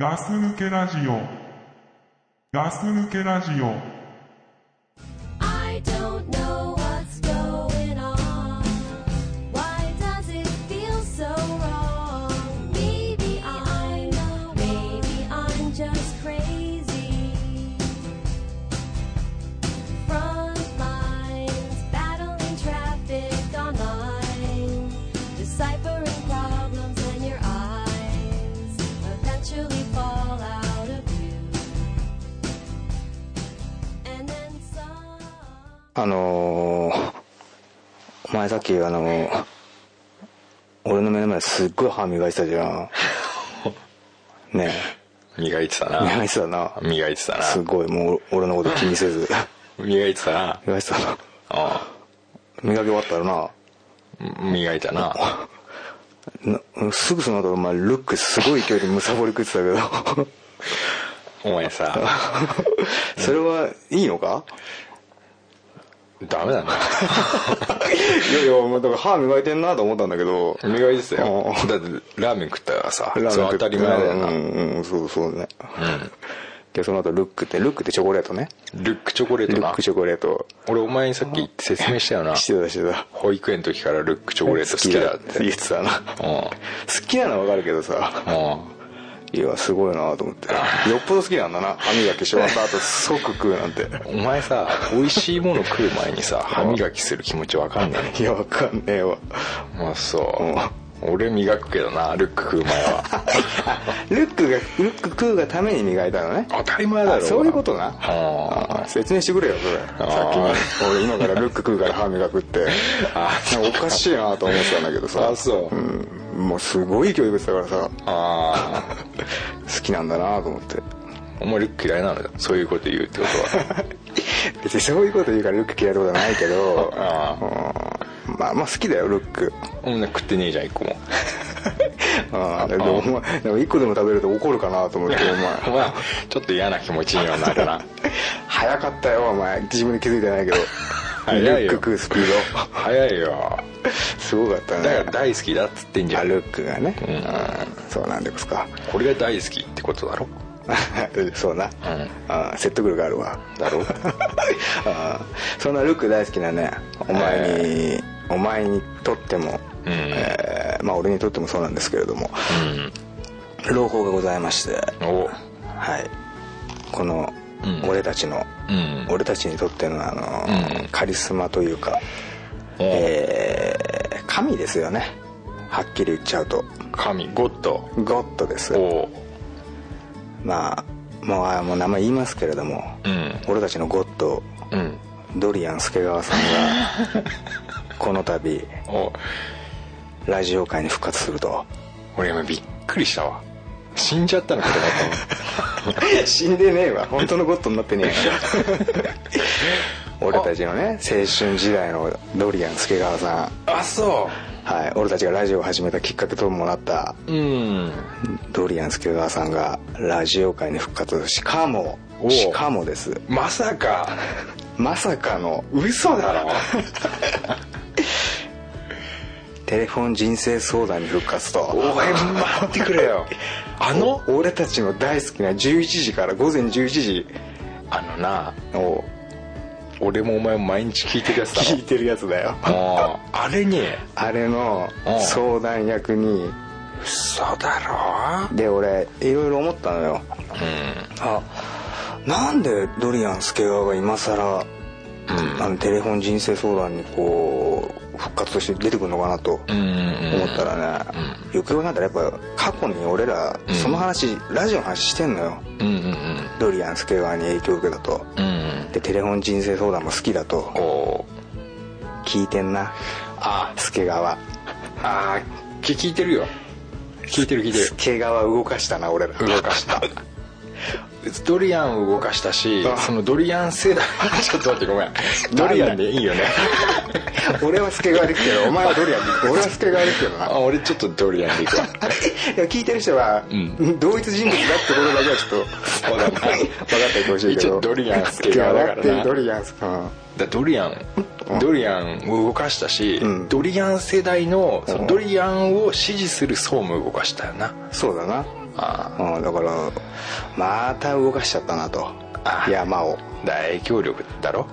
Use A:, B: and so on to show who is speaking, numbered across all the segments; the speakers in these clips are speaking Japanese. A: ガス抜けラジオ。ガス抜けラジオ。
B: I don't know what's going on. Why does it feel so wrong? Maybe I know, maybe I'm just crazy. Front lines, battling traffic online, deciphering problems in your eyes, eventually fall out of view. And then some.
C: あのー、お前さっきあのー、俺の目の前ですっごい歯磨いてたじゃ ん。ね
D: 磨いてた
C: え、
D: な
C: 磨いてたな。
D: 磨いてたな
C: すごい、もう俺のこと気にせず。
D: 磨いてたな
C: 磨いてたな。磨き終わったらな
D: うん磨いたな
C: な、すぐその後お前ルックすごい勢いでむさぼり食ってたけ ど。
D: お前さ
C: それはいいのか
D: ダメだない
C: やいや、お前だから歯磨いてんなと思ったんだけど。
D: 磨いてたよ
C: あ
D: だってラーメン食ったからさ
C: ラーメン
D: それは当たり前だよな、
C: うんうん、そうそうね。で、その後ルックって、ルックってチョコレートね。
D: ルックチョコレー
C: ル
D: ト
C: ッ
D: な
C: クチョコレート。
D: 俺お前にさっき説明したよな
C: してたしてた。
D: 保育園の時からルックチョコレート好きだって
C: 言ってたな。
D: う
C: 好きなのはわかるけどさ。
D: んうん
C: いや、すごいなと思って。よっぽど好きなんだな。歯磨きし終わった後即食うなんて。
D: お前さ美味しいもの食う前にさ歯磨きする気持ちわかんない
C: いや、わかんねえわ。
D: のまあそう俺磨くけどなルック食う前は
C: ルックが、ルック食うがために磨いたのね。
D: 当たり前だろ
C: あそういうことな
D: うん
C: あ説明してくれよそれさっきの俺今からルック食うから歯磨くってなんかおかしいなと思ってたんだけどさ
D: あそう
C: うん、もうすごい勢いでしたからさ
D: ああ
C: 好きなんだなと思って
D: お前ルック嫌いなのよそういうこと言うってこと は
C: 別にそういうこと言うからルック嫌いってことはないけど
D: あ
C: うんまあまあ好きだよルッ ク
D: お前食ってねえじゃん一個も
C: あでもお前でも1個でも食べると怒るかなと思って お
D: お
C: 前
D: 前ちょっと嫌な気持ちにはなるな
C: 早かったよお前自分で気づいてないけど
D: 早いよ
C: ルック食うスピード
D: 早いよ
C: すごかったね
D: だから大好きだっつってんじゃ
C: あ
D: ん
C: ルックがね、うん、そうなんですか
D: これが大好きってことだろ
C: そうな、
D: ん
C: あ説得力があるわ
D: だろ
C: あそんなルック大好きなねお前に、お前にとっても、えーまあ俺にとってもそうなんですけれども、朗報がございまして
D: お
C: はいこの、
D: うん
C: 俺たちの、
D: うん
C: 俺たちにとってのあの、
D: うん
C: カリスマというか、
D: お
C: えー神ですよねはっきり言っちゃうと
D: 神ゴッド
C: ゴッドです
D: お
C: まあもうあもう名前言いますけれども、
D: うん
C: 俺たちのゴッド
D: うん
C: ドリアン助川さん がこの度
D: お
C: ラジオ界に復活する と
D: 俺今びっくりしたわ死んじゃったのかと思
C: 死んでねえわ本当のゴッドになってね え俺たちのね青春時代のドリアン助川さん
D: った あそ
C: はい俺たちがラジオを始めたきっかけともなった
D: ううん
C: ドリアン助川さんがラジオ界に復活しかも
D: おう
C: しかもです
D: まさか
C: まさかの
D: 嘘だろ
C: テレフォン人生相談に復活と
D: お前待ってくれよ あの
C: お俺たちの大好きな11時から午前11時
D: あのな
C: を
D: 俺もお前も毎日聞いてるやつだ
C: 聞いてるやつだよ
D: ろうんあれに
C: あれの
D: うん
C: 相談役に
D: 嘘だろ
C: で俺いろいろ思ったのよあなんでドリアン助川が今更あのテレフォン人生相談にこう復活として出てくるのかなと
D: うん
C: 思ったらねよくよく考えたらやっぱ過去に俺ら
D: ん
C: その話ラジオの話してんのよ
D: うんうんうん
C: ドリアン助川に影響を受けたと
D: うん
C: でテレフォン人生相談も好きだと
D: こう
C: 聞いてんな
D: あ
C: 助川
D: あーき聞いてるよ聞いてる聞いてる
C: 助川動かしたな俺ら
D: 動かしたドリアンを動かしたし
C: あ
D: そのドリアン世代ちょっと待ってごめんドリアンでいいよね
C: 俺は助川できてるお前はドリアンで俺は助川できてるな
D: あ俺ちょっとドリアンでいくわ
C: いや聞いてる人は、
D: ん
C: 同一人物だってことだけはちょっと
D: そうだな
C: 分かっておいてほしいけど
D: 一応ドリアン助川だからな
C: 助ってドリアン助川
D: だドリアンドリアンを動かしたし、
C: うん
D: ドリアン世代のそ
C: うん
D: のドリアンを支持する層も動かしたよな
C: そうだな
D: あ
C: あだからまた動かしちゃったなと
D: あ
C: 山を
D: あ大影響力だろ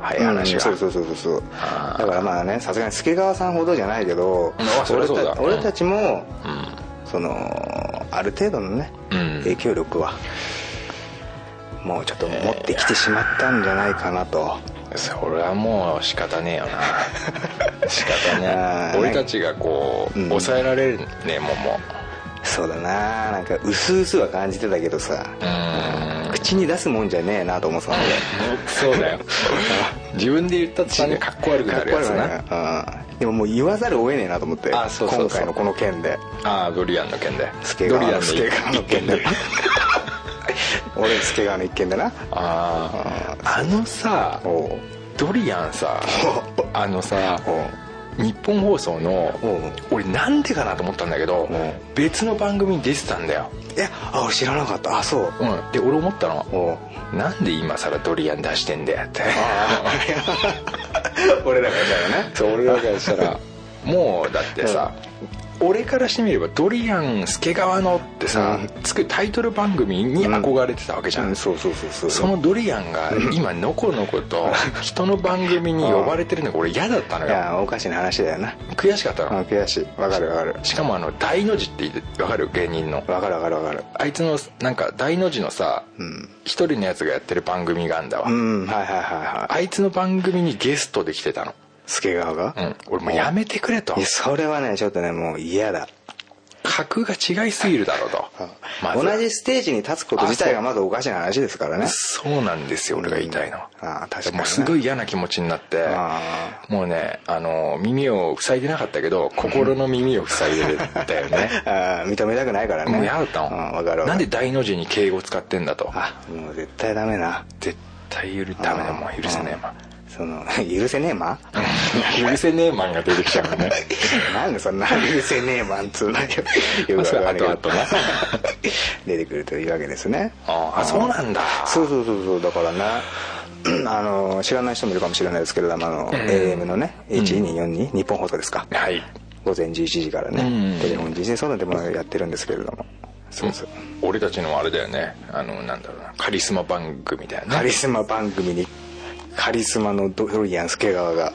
D: 早い話
C: うん
D: が
C: そうそうそうそうそう
D: あ
C: だ
D: ー
C: からまあねさすがに助川さんほどじゃないけど
D: うんあそりゃ
C: 俺
D: そうだ
C: た俺たちも、
D: うん
C: そのある程度のね、
D: うん
C: 影響力はもうちょっと持ってきてしまったんじゃないかなと、
D: それはもう仕方ねえよ な仕方ね
C: あー
D: え俺たちがこう、
C: うん
D: 抑えられるねえもんも
C: そうだななんか薄々は感じてたけどさ、
D: うーん
C: 口に出すもんじゃねえなと思ってたので
D: そうだよ 自分で言った途端 にかっこ悪くなるやつな
C: かっこ悪くなるうんでももう言わざるを得ねえなと思って
D: あそうそうそう
C: 今回のこの件で
D: ああドリアンの件で
C: 助
D: ド
C: 川
D: リア
C: の
D: ン
C: 助川の
D: の件
C: 件
D: で
C: で 俺助川の一件でな
D: あああのさ
C: おう
D: ドリアンさあのさ
C: おう
D: 日本放送の
C: おう
D: 俺なんでかなと思ったんだけど
C: うん
D: 別の番組に出てたんだよ、
C: えあ俺知らなかったあそう
D: うん、で俺思ったの
C: おう
D: なんで今更ドリアン出してんだよって
C: 俺らがだよね
D: そう俺らからしたらもうだってさ、俺からしてみれば「ドリアン助川の」ってさ、
C: う
D: つくタイトル番組に憧れてたわけじゃん、
C: うんそうそうそうそう
D: そのドリアンが今のこの こと人の番組に呼ばれてるのが俺嫌だったの
C: い
D: よ
C: やおかしな話だよな
D: 悔しかった
C: うん
D: の
C: 悔しいわかるわかる
D: しかもあの大の字って言ってわかる芸人の
C: わかるわかるわかる
D: あいつのなんか大の字のさ
C: うん
D: 一人のやつがやってる番組があんだわ
C: うんはいはいはいはい
D: あいつの番組にゲストで来てたの
C: 助川が
D: うん俺もうやめてくれと
C: いやそれはねちょっとねもう嫌だ
D: 格が違いすぎるだろ うとまず
C: 同じステージに立つこと自体が
D: あ
C: まずおかしな話ですからね
D: そうなんですよ俺が言いたいの
C: うんああ確かにね
D: もうすごい嫌な気持ちになって
C: あ
D: もうねあの耳を塞いでなかったけど心の耳を塞いでたよね
C: あー認めたくない からね
D: もう嫌だった
C: うんわかるわ
D: の
C: かる
D: なんで大の字に敬語使ってんだと
C: あもう絶対ダメな
D: 絶対許ダメだもう許せねえマン
C: その 許せねえま
D: 許せねえマンが出てきちゃうの
C: ん
D: ね
C: なんでそんな許せねえまんつうのよよ
D: まあ
C: く
D: それ
C: わか
D: あ
C: ん
D: と
C: ない
D: あ
C: けど
D: とな
C: 出てくるというわけですね
D: ああそうなんだ
C: そうそうそうそうだからねあの知らない人もいるかもしれないですけれどもあの、AM のね1242、日本放送ですか
D: はい
C: 午前11時からね、
D: うん
C: テレフォン人生相談でもやってるんですけれどもそうそう、
D: 俺たちのあれだよねあのなんだろうなカリスマ番組だよね
C: カリスマ番組にカリスマのドリアン助川が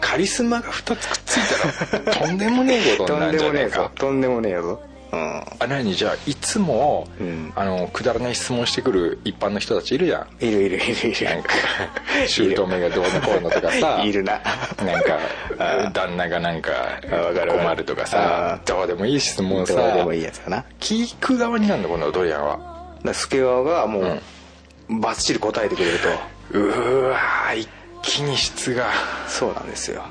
D: カリスマが2つくっついたらとんでもねえこと
C: と
D: になんるん
C: で
D: じ
C: も
D: ゃね
C: ね
D: え
C: えぞ
D: か
C: とんでもねえぞうん
D: あ何じゃあいつも、
C: うん
D: あのくだらない質問してくる一般の人たちいるじゃん
C: いるいるいるいる
D: なんか姑がどうのこうのとかさ
C: いるな
D: なんか旦那がなんか
C: わかるわ
D: 困るとかさ
C: あ
D: どうでもいい質問さ
C: どうでもいいやつだなだか
D: 聞く側になるのこのドリアンは
C: ら助川がもう、バッチリ答えてくれると
D: うーわー一気に質が、
C: そうなんですよ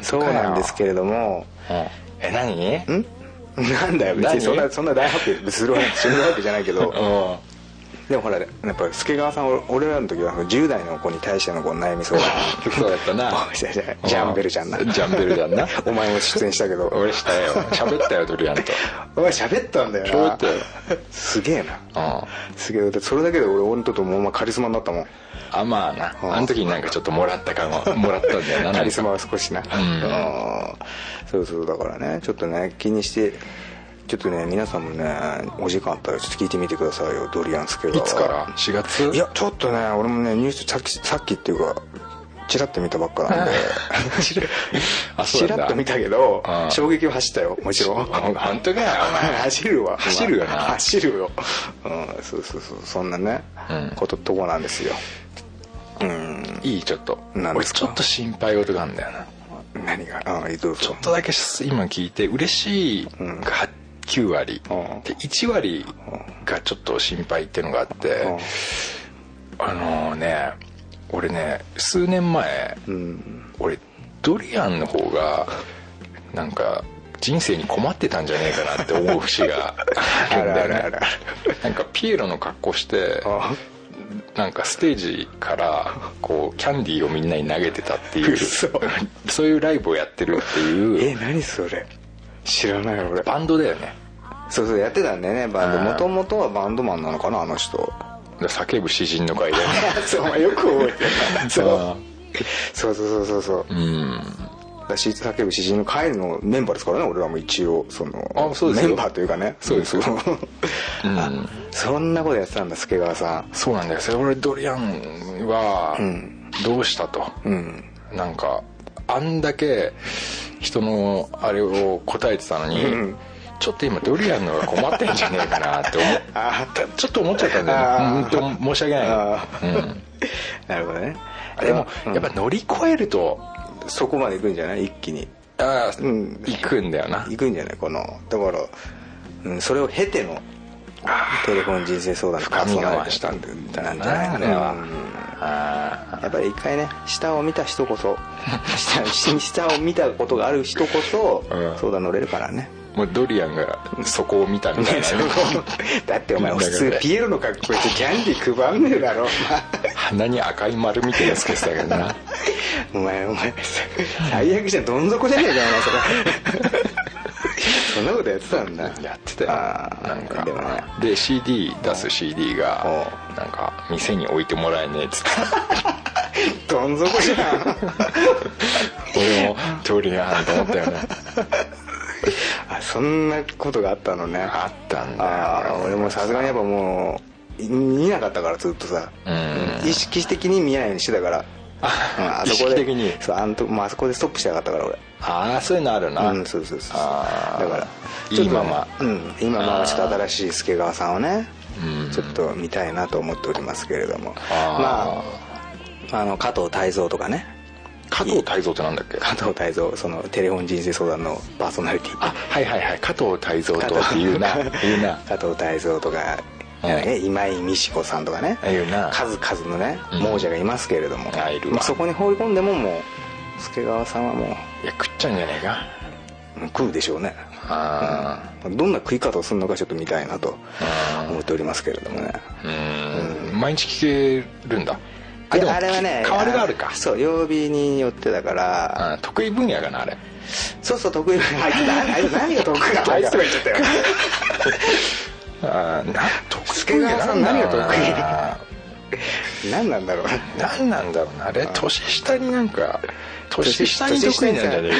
D: 当
C: そう
D: かよ
C: なんですけれども
D: え何
C: ん なんだよ別
D: 何
C: にそんなそんな大発表するわけするわけじゃないけ ど
D: うん
C: でもほらやっぱ助川さん俺俺らの時は10代の子に対してのこう悩み相談
D: そうだった な
C: あじゃあじゃあジャンベルちゃんな
D: ジャンベルちゃんな
C: お前も出演したけど
D: 俺したよ喋ったよドリアンと
C: お前喋ったんだよな
D: 喋ったよ
C: すげえな
D: うん
C: すげえだってそれだけで俺俺にとってもうお前カリスマになったもん
D: あまあな
C: うん
D: あの時になんかちょっともらった感 をもらったんだよな
C: カリスマ
D: なん
C: は
D: か
C: 少しな、うんそうそうだからねちょっとね気にしてちょっとね皆さんもねお時間あったらちょっと聞いてみてくださいよドリアンスケが
D: いつから4月
C: いやちょっとね俺もねニュースさっきさっきっていうかチラッと見たばっかなんで
D: あそう
C: チ
D: なん
C: ラ
D: だ
C: ッと見たけど
D: うん
C: 衝撃は走ったよもちろん
D: 本当 かよお前
C: 走るわ
D: 走るよな
C: 走るよ、うん、そうそうそうそんなね、
D: うん
C: こととこなんですようん
D: いいちょっと
C: 何
D: 俺
C: です
D: ち
C: か
D: ょっと心配事があるんだよな
C: 何がうんどうぞ
D: ちょっとだけ今聞いて嬉しい
C: うん
D: が9割
C: うん
D: で1割がちょっと心配っていうのがあってあのね俺ね数年前
C: うんうん
D: 俺ドリアンの方がなんか人生に困ってたんじゃねえかなって思う節があ
C: あ
D: るん
C: る
D: だ
C: あ
D: よね
C: るある
D: なんかピエロの格好して
C: ある
D: なんかステージからこうキャンディーをみんなに投げてたっていう
C: 嘘
D: そういうライブをやってるってい
C: え
D: う
C: 何それ知らない俺
D: バンドだよね
C: そうそうやってたんだよねバンド
D: あー
C: もともとはバンドマンなのかなあの 人
D: 叫ぶ詩人の 会だよね
C: そうお前よく覚えてるなそう
D: あ
C: そうそうそうそうそう
D: うん
C: だし叫ぶ詩人の会のメンバーですからね俺らも一応その
D: あそうですよ
C: メンバーというかね
D: そうですよ
C: んあそんなことやってたんだ助川さん
D: そうなんだよそれ俺ドリアンは
C: ん
D: どうしたと、
C: うん
D: なんかあんだけ人のあれを答えてたのに、
C: うん
D: ちょっと今ドリアンの方が困ってんじゃねえかなって思 っ
C: あ
D: たちょっと思っちゃったんだ
C: あ
D: よ
C: ー
D: ね本当申し訳
C: あ
D: ない、うん
C: なるほどね
D: でも、
C: うん
D: やっぱ乗り越えると
C: そこまで行くんじゃない一気に
D: ああ、
C: うん
D: 行くんだよな
C: 行くんじゃないこのだから、うん、それを経てのテレフォン人生相談
D: 深みが増したんだよ
C: なんじゃないか
D: なあれ
C: な
D: は、
C: うん
D: あ
C: やっぱり一回ね下を見た人こ そ下下を見たことがある人こそ、
D: うん
C: 相談乗れるからね
D: あもうドリアンがそこを見たみたいな、
C: だってお前
D: だから
C: 普通ピエロの格好してキャンディー配んねえだろ
D: 鼻に赤い丸みたいなのつけてたけどな
C: お前お 前最悪じゃんどん底じゃねえかお 前それそんなことやってたんだ
D: やってたよ
C: あー
D: なんか
C: でもね
D: で CD 出す CD がなんか店に置いてもらえねえっつって
C: どん底じゃん
D: 俺もドリアンと思っ たよね
C: あそんなことがあったのね
D: あったん
C: あ
D: だよ
C: ー俺もさすがにやっぱもうい見なかったからずっとさ、
D: うん
C: 意識的に見ないようにしてたから、うんそこで
D: 意識的に
C: そうあんともうあそこでストップしたかったから俺
D: ああそういうのあるな、
C: うんそうそうそう
D: あー
C: だから
D: いいまま
C: ちょっとねうん、今まあちょっと新しい助川さんをね、ちょっと見たいなと思っておりますけれども
D: あ
C: まああの加藤泰造とかね
D: 加藤泰造ってなんだっけ
C: 加藤泰造そのテレフォン人生相談のパーソナリティ
D: あはいはいはい加藤泰造とって言うな言うな
C: 加藤泰造とか、
D: うん
C: ね今井美志子さんとかね
D: 言うな
C: 数々のね
D: うん
C: 亡者がいますけれども、
D: あいるわ
C: そこに放り込んでももう助川さんはも
D: いや食っちゃうんじゃねえか
C: う食うでしょうね
D: あ
C: どんな食い方をするのかちょっと見たいなと
D: あ
C: 思っておりますけれどもね
D: うんうん毎日聞けるんだ
C: い
D: でも
C: やあれはね
D: 変わりがあるか
C: のそう曜日によってだから
D: うん得意分野かなあれ
C: そうそう得意分野あいつ何あいつ何が得意 かあいつとか言っちゃったよ
D: あーな得
C: 助
D: 意
C: 川
D: な
C: さん
D: んだろ
C: 何
D: う
C: が得意
D: な
C: 何なんだろう
D: 何なんだろうなあれ年下になんか年下に得意なんじゃね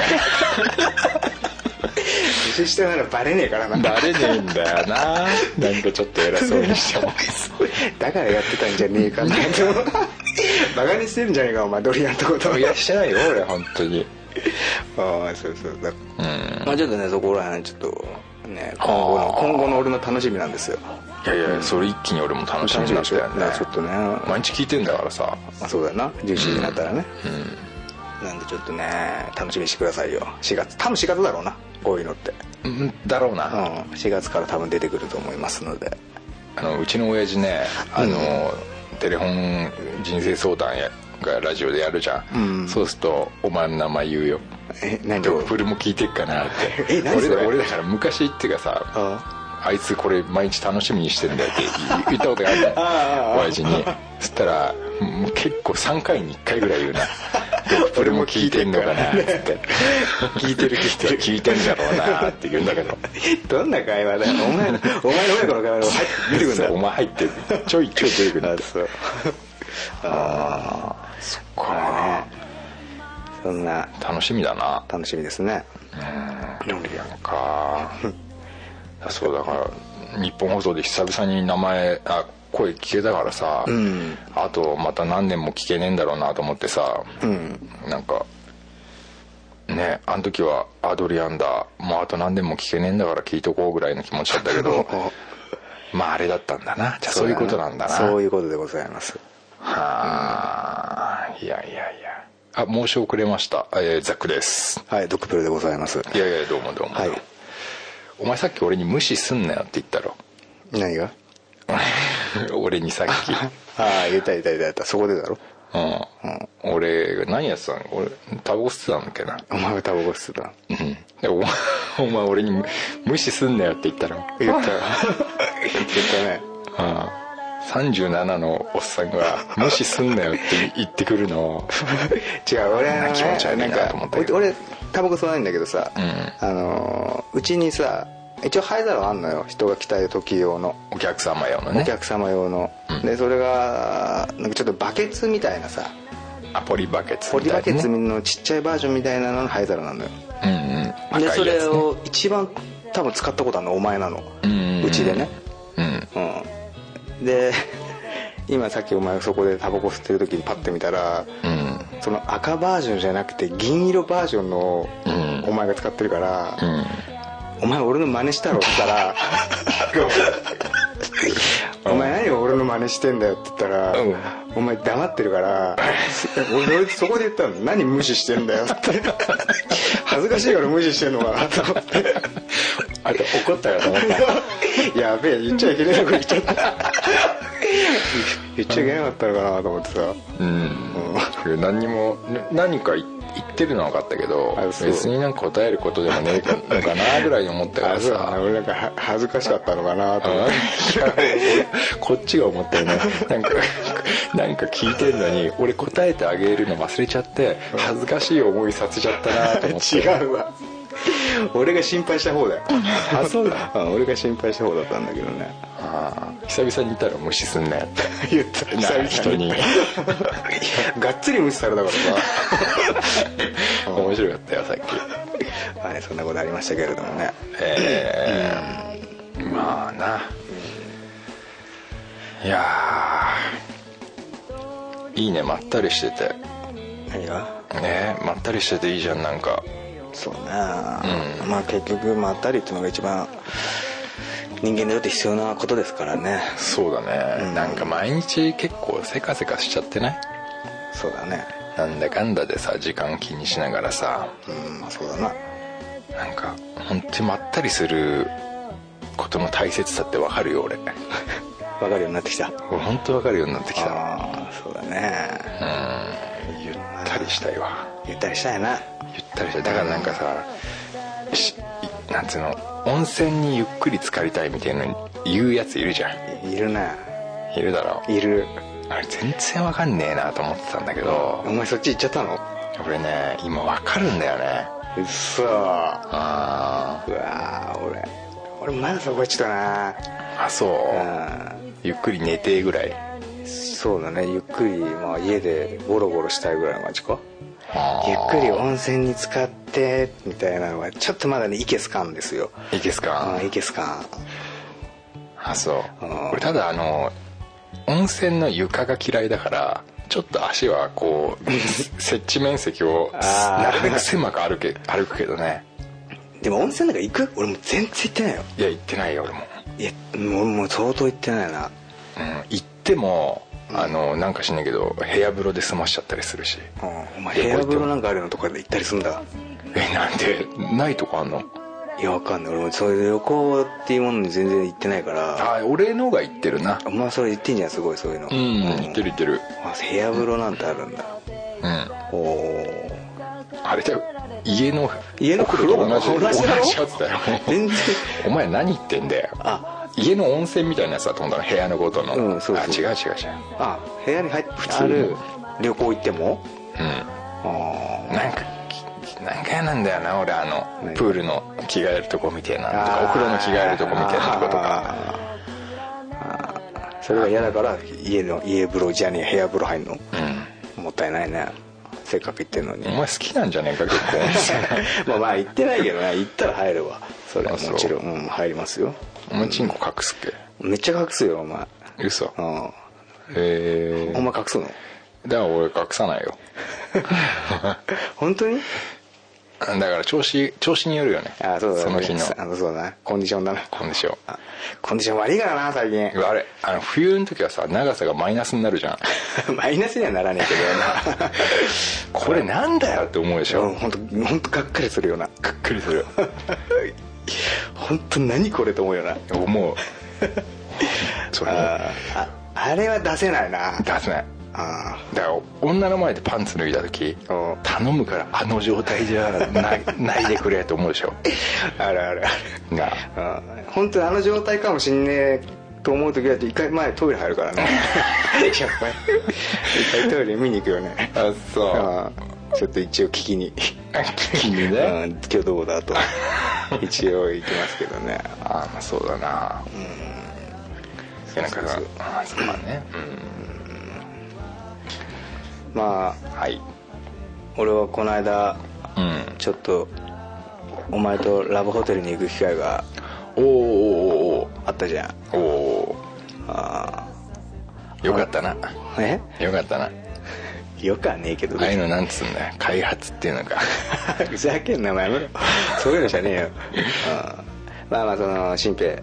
C: 年下ならバレねえから
D: え
C: な
D: かバレねえんだよななんかちょっと偉そうにしても
C: だからやってたんじゃねえかなと思うバカにしてるんじゃねえかお前ドリアンとこと
D: いやしてないよ俺本当に
C: ああそうそうだ
D: うん
C: まあちょっとねそこら辺ちょっとね今後の
D: あー
C: 今後の俺の楽しみなんですよ
D: いやいやそれ一気に俺も楽しみになったよ
C: だ
D: ね
C: からちょっとね
D: 毎日聞いてんだからさ
C: あそうだな11時になったらね、なんでちょっとね楽しみにしてくださいよ4月多分4月だろうなこういうのって、
D: うんだろう
C: うん、
D: な
C: 4月から多分出てくると思いますので
D: あのうちの親父ねあのテレフォン人生相談やがラジオでやるじゃ
C: うんん
D: そうするとお前の名前言うよ
C: え何
D: ドップルも聞いてっかなって
C: え何それ
D: 俺だ俺だから昔っていうかさ
C: あ
D: あいつこれ毎日楽しみにしてんだよ って言ったことがあった
C: ああ
D: 親父にそしたらもう結構3回に1回ぐらい 言うな「ドップルも聞いてんのかな」っつって「聞いてる聞いてる聞いてんだろうな」って言うんだけど
C: どんな会話だよお前のお前の親子の会話で入って出てくるんだ
D: そうお前入ってるちょいちょい出てくるんだ
C: あそう ああそっからねそんな
D: 楽しみだな
C: 楽しみですね
D: 料理やんか あそうだから日本放送で久々に名前あ声聞けたからさ、
C: ん
D: あとまた何年も聞けねえんだろうなと思ってさ、
C: うん
D: なんかねあの時はアドリアンだもうあと何年も聞けねえんだから聞いとこうぐらいの気持ちだったけど まああれだったんだなじゃあそういうことなんだな
C: そういうことでございます
D: はあいやいやいやあ申し遅れました、えーザックです
C: はいドクプルでございます
D: いやいやどうもどうも、
C: はい
D: お前さっき俺に無視すんなよって言った ろ
C: 何が
D: 俺にさっき
C: ああ言った言った言ったそこでだろ
D: うん、俺何やってたの俺タバコ吸ってたんだっけ
C: お
D: な
C: 前がタバコ吸ってた
D: うんでお前 お前俺に無無視すんなよって言ったら
C: 言った言ったね
D: うん37のおっさんが「無視すんなよ」って言ってくるの
C: 違う俺は
D: な
C: ね
D: 気持ち悪いな
C: なんか
D: と思ったけど
C: 俺俺タバコ吸わないんだけどさ、
D: うん
C: あのーうちにさ一応灰皿あんのよ人が来た時用の
D: お客様用のね
C: お客様用の、
D: うん
C: でそれがなんかちょっとバケツみたいなさ
D: あポリバケツ
E: ポ
D: み
E: リ
D: たい
E: バ
D: なね
E: ケツのちっちゃいバージョンみたいなのの灰皿なのよ
D: うんうん赤い
E: で
D: やつ、ね、
E: それを一番多分使ったことあるのお前なの
D: ん
E: うちでね
D: うん
E: うんで 今さっきお前そこでタバコ吸ってる時にパッて見たら
D: うん
E: その赤バージョンじゃなくて銀色バージョンの
D: うん
E: お前が使ってるから
D: うん
E: 「お前俺の真似したろ」って言った ら「お前何を俺の真似してんだよ」って言ったら
D: うん
E: 「お前黙ってるから」俺俺そこで言ったの「何無視してんだよ」 って恥ずかしいから無視してんのかなと思って
D: あと怒ったよと思った
E: やべえ言っちゃいけないこと言っちゃった言っちゃいけなかったのかなと思ってさ
D: うん何にもね何かい言ってるのは分かったけど
E: あそう
D: 別になんか答えることでもねえのかなぐらいに思ったか
E: あ
D: ら
E: そうだな
D: さ
E: 俺なんかは恥ずかしかったのかなと思って
D: うんこっちが思ったよ ねなんかなんか聞いてんのに俺答えてあげるの忘れちゃって恥ずかしい思いさせちゃったなと思って
E: 違うわ俺が心配した方だよ
D: あそうだ
E: うん俺が心配した方だったんだけどね
D: あー久々にいたら無視すんなよって
E: 言った
D: な
E: 久
D: 人
E: 々
D: に
E: にがっつり無視されたから
D: 面白かったよさっき
E: さ はいそんなことありましたけれどもね
D: ええまあないやーいいねまったりしてて
E: 何が
D: ねまったりしてていいじゃんなんか
E: そうね、まあ結局まったりっていうのが一番人間にとって必要なことですからね
D: そうだね、
E: うん
D: なんか毎日結構せかせかしちゃってない
E: そうだね
D: なんだかんだでさ時間気にしながらさ
E: うんまあそうだな
D: なんか本当にまったりすることの大切さってわかるよ 俺
E: 分かるようになってきた
D: 俺本当わかるようになってきた
E: ああそうだね
D: うんゆったりしたいわ
E: ゆったりしたいな
D: ゆったりしてだからなんかさしいなんつうの温泉にゆっくり浸かりたいみたいなの言うやついるじゃん
E: いいるない
D: るだろ
E: いる
D: あれ全然わかんねえなと思ってたんだけど
E: お前そっち行っちゃったの
D: 俺ね今わかるんだよね
E: うっそうわ
D: あ
E: ー俺俺まだそこ行っちゃった
D: ーあそう
E: なうん
D: ゆっくり寝てぐらい
E: そうだねゆっくり、まあ、家でボロボロしたいぐらいの感じか
D: あー
E: ゆっくり温泉に浸かってみたいなのはちょっとまだねいけすかんですよ
D: いいですか
E: あいけすかん
D: あそう
E: うん
D: 俺ただあの温泉の床が嫌いだからちょっと足はこう 接地面積を
E: あー
D: なるべく狭く歩け歩くけどね
E: でも温泉なんか行く俺もう全然行ってないよ
D: いや行ってないよ俺も、
E: いやもうもう相当行ってないな
D: うん、行ってもあのなんかしないけど部屋風呂で済ましちゃったりするし
E: うんお前部屋風呂なんかあるのとかで行ったりすんだ
D: えなんでないとこあんの
E: いやわかんない俺もそういう旅行っていうものに全然行ってないから
D: あ俺のが行ってるな
E: お前それ行ってんじゃんすごいそういうの
D: うん行ってる行ってる
E: あ部屋風呂なんてあるんだ
D: うん
E: おお
D: あれだよ家の
E: 家の風呂
D: お風呂と同じ
E: 同じだろ
D: 同じやつだよ
E: 全然
D: お前何言ってんだよ
E: あ
D: 家の温泉みたいなやつだと思ったの部屋のことの、
E: うんそうそう
D: あ違う違う違う
E: あ部屋に入って普
D: 通
E: 通
D: に
E: る旅行行っても
D: う
E: あ
D: んなんかきなんか嫌なんだよな俺あの
E: 何
D: プールの着替えるとこみたいなのと
E: あ
D: かお風呂の着替えるとこみたいなとことか
E: かそれが嫌だから家の家風呂じゃねえ部屋風呂入んの
D: うん
E: もったいないねせっかく行ってんの に
D: お前好きなんじゃねえか結構温 泉
E: まあまあ行ってないけどね行ったら入るわそれは
D: あそう
E: もちろんうん入りますよ
D: お前チンコ隠すっ
E: めっちゃ隠すよお前
D: け嘘
E: うん
D: え
E: お前隠すの
D: だから俺隠さないよ
E: 本当に
D: だから調子調子によるよね
E: あそうだね
D: の日の
E: あのそうだなコンディションだな
D: コンディション
E: あコンディション悪いからな最近
D: あれあの冬の時はさ長さがマイナスになる じゃん
E: マイナスにはならねえ
D: これなんだよって思うでし
E: けど
D: ょ、
E: な本当本当がっかりするような
D: びっくりする
E: 本当何これと思うよな
D: 思うそれ
E: あああれは出せないな
D: 出せない
E: あ
D: だから女の前でパンツ脱いだ時
E: うん
D: 頼むからあの状態じゃない ないでくれと思うで しょ
E: あるあるあ
D: が
E: るあ本当にあの状態かもしんねえと思う時だって一回前トイレ入るからねやっぱり一回トイレ見に行くよね
D: あそう
E: あちょっと一応聞きに
D: 君
E: う
D: ね
E: ん今日どう だと一応行きますけどね
D: ああまあそうだなうんいやなんかさ
E: そうそう
D: ああそうだねうん
E: まあ
D: はい
E: 俺はこの間
D: うん
E: ちょっとお前とラブホテルに行く機会が
D: おおお
E: あったじゃん
D: ーおーおーお
E: あ
D: ーよかったな
E: ーえ
D: よかったな
E: よくはねえけど
D: ああいうのなんつうんだよ開発っていうのか
E: ふざけんなお前やめろそういうのじゃねえよ、うん、まあまあその新兵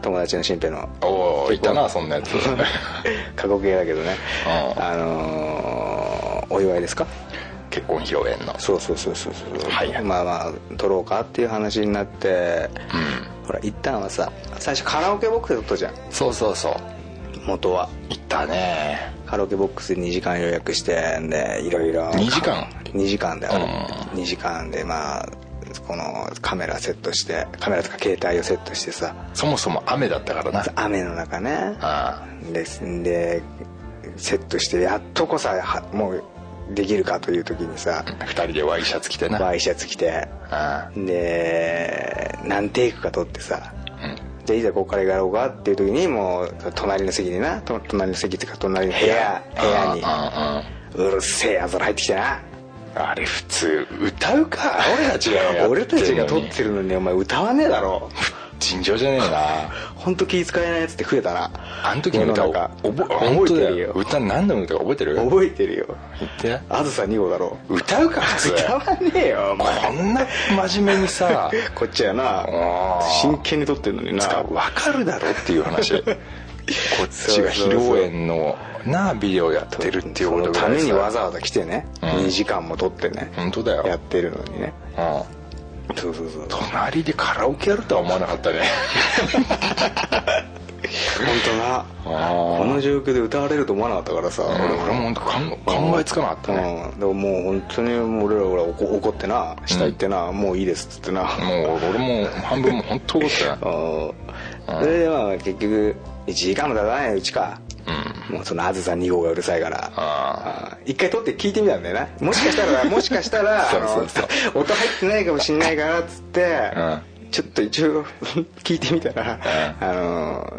E: 友達の新兵の
D: おおいたなそんなや つ
E: 過酷系だけどね
D: うん
E: あのーお祝いですか
D: 結婚披露宴の
E: そうそうそうそうそう、
D: はいはい
E: まあまあ撮ろうかっていう話になって、ほら一旦はさ最初カラオケボックスで撮ったじゃん
D: そうそうそう
E: 元は
D: 行ったね
E: カラオケボックス2時間予約してんでいろいろ
D: 2時間
E: 2時間だよ、2時間でまあこのカメラセットしてカメラとか携帯をセットしてさ
D: そもそも雨だったからな
E: 雨の中ね
D: あ
E: ですんでセットしてやっとこさはもうできるかという時にさ
D: あ2人でワイシャツ着てな
E: ワイシャツ着て
D: あ
E: で何テイクか撮ってさ
D: あうん
E: じゃあいざここからやろうかっていう時にもう隣の席になと隣の席っていうか隣の部屋部屋に
D: うんうん
E: うるせえやつら入ってきてな
D: あれ普通歌うか俺たちがやってんのに
E: 俺たちが撮ってるのにお前歌わねえだろ
D: 尋常じゃねえ
E: 本当気遣えないやつって増えたな
D: なあの時の歌を
E: 世の中
D: 覚
E: 覚えてるよ
D: 歌何度も歌うか覚えてる
E: 覚えてるよ
D: 言って
E: あずさ2号だろ
D: 歌うか普通
E: 歌わねえよお前
D: こんな真面目に さ
E: こっちやな
D: あー
E: 真剣に撮ってるのにな
D: つか分かるだろっていう話こっ ちが披露宴のなビデオやってるっていう
E: そ
D: こ
E: の
D: とぐら
E: た
D: い
E: め
D: さ
E: にわざわざ来てね、
D: うん
E: 2時間も撮ってね
D: 本当だよ
E: やってるのにね
D: うん
E: そうそうそう本
D: 隣でカラオケやるとは思わなかったね
E: 当な
D: あ
E: この状況で歌われると思わなかったからさ、
D: 俺俺も本当かん考えつかなかったね、
E: うん、でももう本当にもう俺ら俺ら怒怒ってな下行ってな、もういいですっつってな、
D: もう俺も半分も本当怒ったよ
E: うんそれでまあ結局1時間も経たないうちか、もうそのあずさ2号がうるさいから
D: あ
E: うん一回撮って聞いてみたんだよなもしかし たらもしかしたらあの
D: そうそう
E: 音入ってないかもしんないからっつって、ちょっと一応聞いてみたら、あの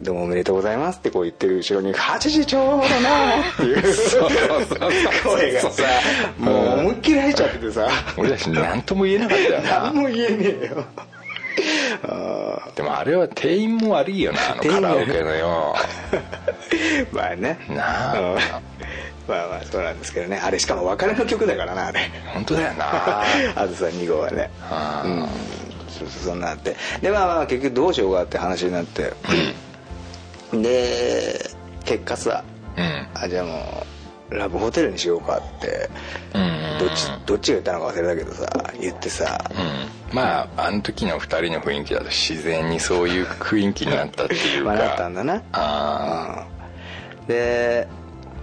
E: どうもおめでとうございますってこう言ってる後ろに「8時ちょうどな」っていう声がさもう思いっきり入っちゃっててさ
D: 俺たち何とも言えなかったよ
E: 何
D: な
E: も言えねえよ
D: でもあれは店員も悪いよなあのカラオケのよ
E: まあね
D: なあ
E: うんまあまあそうなんですけどねあれしかも別れの曲だからなあれ
D: 本当だよな
E: あずさ2号はね
D: あ
E: う
D: ー
E: んそうそうそんなあってでまあまあ結局どうしようかって話になってで結果さ
D: うん
E: あじゃあもうラブホテルにしようかって
D: うん
E: どっちどっちが言ったのか忘れたけどさ言ってさ
D: うんまああの時の2人の雰囲気だと自然にそういう雰囲気になったっていう
E: ま
D: か
E: あなったんだな
D: あ
E: うんで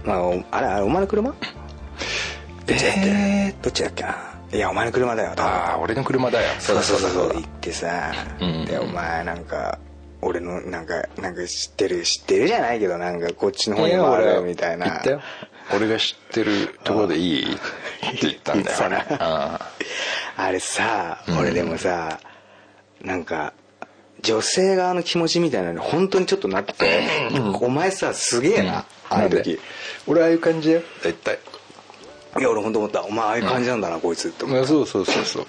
E: まあおあれあれお前の車
D: ーえー
E: どっちだっけないやお前の車だよ多分
D: あー俺の車だよ
E: そうそうそうそう行ってさ、
D: うん
E: でお前なんか俺のなんかなんか知ってる知ってるじゃないけどなんかこっちの方
D: い
E: に
D: や
E: もある
D: 俺
E: よみたいな
D: 言ったよ俺が知ってるところでいいって言ったんだよ
E: 言ってたあれさ
D: うん
E: 俺でもさ、なんか女性側の気持ちみたいなのに本当にちょっとなって、お前さすげえな、ああいう時
D: 俺ああいう感じだよ絶対
E: いや俺本当思ったお前ああいう感じなんだな、こいつって
D: いやそうそうそうそう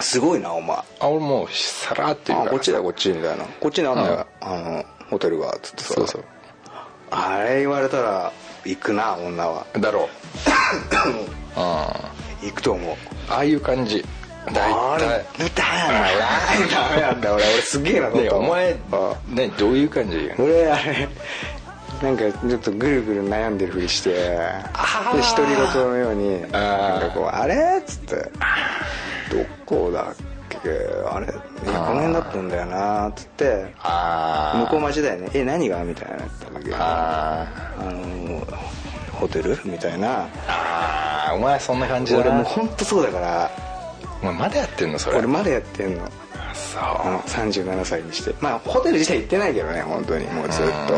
E: すごいなお前あ
D: あ俺もうさらっと言うから
E: こっちだこっちみたいなこっちにあんだよ、あのホテルがつってさ
D: そうそう
E: あれ言われたら行くな女は
D: だ ろううんあ
E: 行くと思う
D: あいう感じ大体
E: みたいなダメなんだ俺俺すげえな
D: ねえお前
E: あ
D: ねどういう感じ
E: 俺あれなんかちょっとぐるぐる悩んでるふりしてで独り言のように
D: あー
E: 「なんかこうあれ?」っつって「どこだっけあれいやこの辺だったんだよな」っつって
D: ああ
E: 向こう町だよね「え何が?」みたいなの言った時にあ
D: あ
E: のホテルみたいな
D: ーあーお前そんな感じだ
E: 俺
D: な
E: もうホントそうだから
D: お前まだやってんのそれ
E: 俺まだやってんの
D: そ
E: あの37歳にしてまあホテル自体行ってないけどね本当にもうずっと、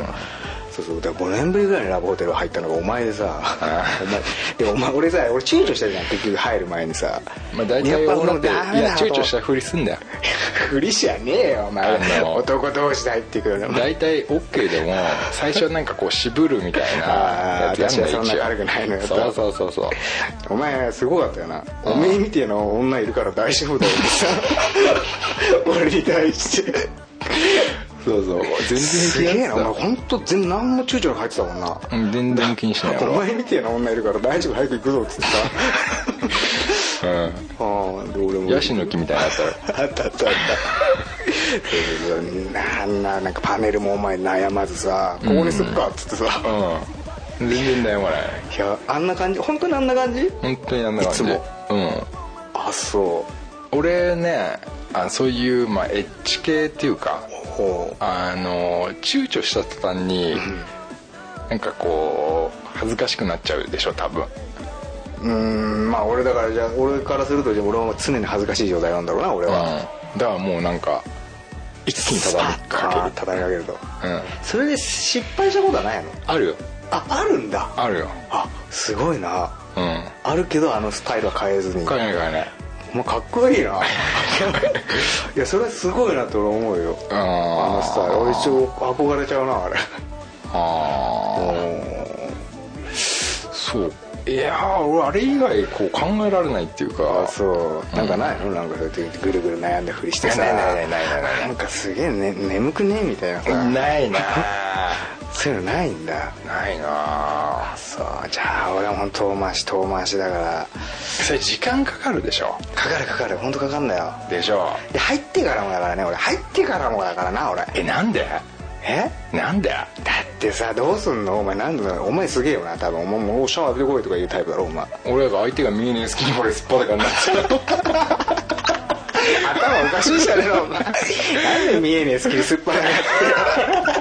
E: そうそうだから5年ぶりぐらいにラブホテル入ったのがお前でさお前でお前俺さ俺躊躇したじゃん結局入る前にさ
D: まあ大体
E: やっぱ
D: 女ってい
E: もうダメだ
D: や
E: なと
D: 躊躇 したふりすんだよ
E: ふりじゃねえよお
D: あ
E: 前
D: の
E: 男同士だいって言うけど
D: 大体 OK で も最初はなんかこう渋るみたいなや
E: あ
D: つ
E: ー
D: やんだ
E: 私はそんな
D: 一応
E: 軽くないのよ
D: そうそうそうそう
E: お前すごかったよなおめえみてえな女いるから大丈夫だよ ってさ俺に対して
D: そうそう全
E: す
D: 然
E: げ
D: 気
E: え
D: にし
E: なお前
D: な
E: 本当全然何も躊躇なく入ってたもんな
D: うん全然気にしない 俺
E: お
D: は
E: 前みてえな女いるから大丈夫早く行くぞっつってさあーで俺
D: うん
E: も
D: ヤシの木みたいになったら
E: あったあったあったそうそうそうなあんななんかパネルもお前悩まずさここにすっかっつってさ、い
D: うん全然悩まない
E: やあんな感じ本当にあんな感じ
D: 本当にあんな感じ
E: いつも
D: うん
E: あそう
D: 俺ねあそういう、まあ、エッチ系っていうか
E: ほう
D: あの躊躇した途端に、なんかこう恥ずかしくなっちゃうでしょ多分
E: うーんまあ俺だからじゃあ俺からするとじゃあ俺は常に恥ずかしい状態なんだろうな俺
D: うん
E: は、
D: だからもうなんか一気に畳みか
E: 叩きかけると
D: けるうん
E: それで失敗したことはないの
D: あるよ
E: ああるんだ
D: あるよ
E: あすごいな
D: うん
E: あるけどあのスタイルは変えずに
D: 変えない変えない
E: もうかっこいいな いやそれはすごいなと俺思うよ
D: あ
E: あ
D: ー
E: のスタイル俺一応憧れちゃうなあれ
D: ああそういやー俺あれ以外こう考えられないっていうか
E: あそうなんかないのなんかそうやってぐるぐる悩んでふりしてさ
D: ないないないないないない
E: んかすげえ、ね、眠くねみたいなさ
D: ないな
E: そういうのないんだ
D: ないな
E: そうじゃあ俺は本当遠回し遠回しだから
D: それ時間かかるでしょ
E: かかるかかる本当かかんだよ
D: でしょ
E: で入ってからもだからね俺入ってからもだからな俺
D: えなんで
E: え
D: なんで
E: だってさどうすんのお前なんだろうお前すげえよな多分お前もうシャワー浴びてこいとか言うタイプだろお前
D: 俺が相手が見えねえ好きに俺すっぱだからなっちゃう
E: 頭おかしいじゃねえのお前なんで見えねえ好きにすっぱだか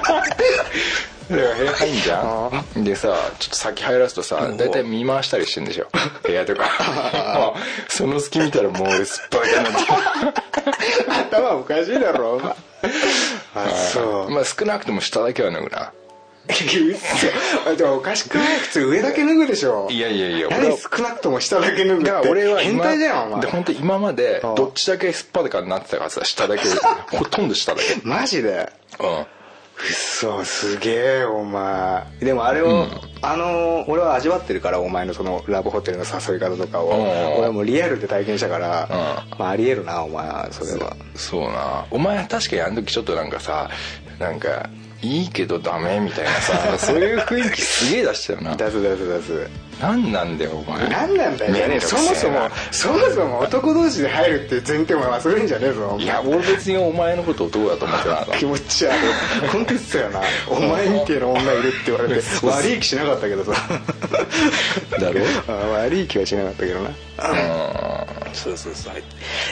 D: だから部屋入んじ ゃんでさちょっと先入らすとさ大体見回したりしてんで しょ部屋とかもうその隙見たらもう俺すっぱだからなっちゃう
E: ら頭おかしいだろお前あそう
D: まあ少なくとも下だけは脱ぐな
E: うっそでもおかしくない普通上だけ脱ぐでしょ
D: いやいやいや
E: 何
D: 俺は
E: 少なくとも下だけ脱ぐって
D: だから俺は
E: 変
D: 今
E: 態だよお前
D: で本当に今まで
E: うん
D: どっちだけすっぱだからなってたからさ下 だけほとんど下だけ
E: マジで
D: うん
E: くっそすげえお前でもあれを、あの俺は味わってるからお前のそのラブホテルの誘い方とかを、
D: んうんうん
E: 俺はもうリアルで体験したから、
D: う
E: まあありえるなお前それは
D: そうなお前確かにあの時ちょっとなんかさなんかいいけどダメみたいなさ そういう雰囲気すげえ出してたよな
E: 出す出す出す
D: 何なんだよお前
E: 何なんだよ
D: めんど
E: ね
D: くせ
E: そ
D: え
E: も
D: な
E: そもそもそも男同士で入るっていう前提も忘れんじゃねえぞお前
D: いや俺別にお前のことをどうだと思ってなかっ
E: 気持ち悪い本当にそうやなお前みてえな女いるって言われ て
D: そう
E: 悪い気しなかったけどさ
D: だろ
E: あ悪い気はしなかったけどな
D: た
E: そうそうそう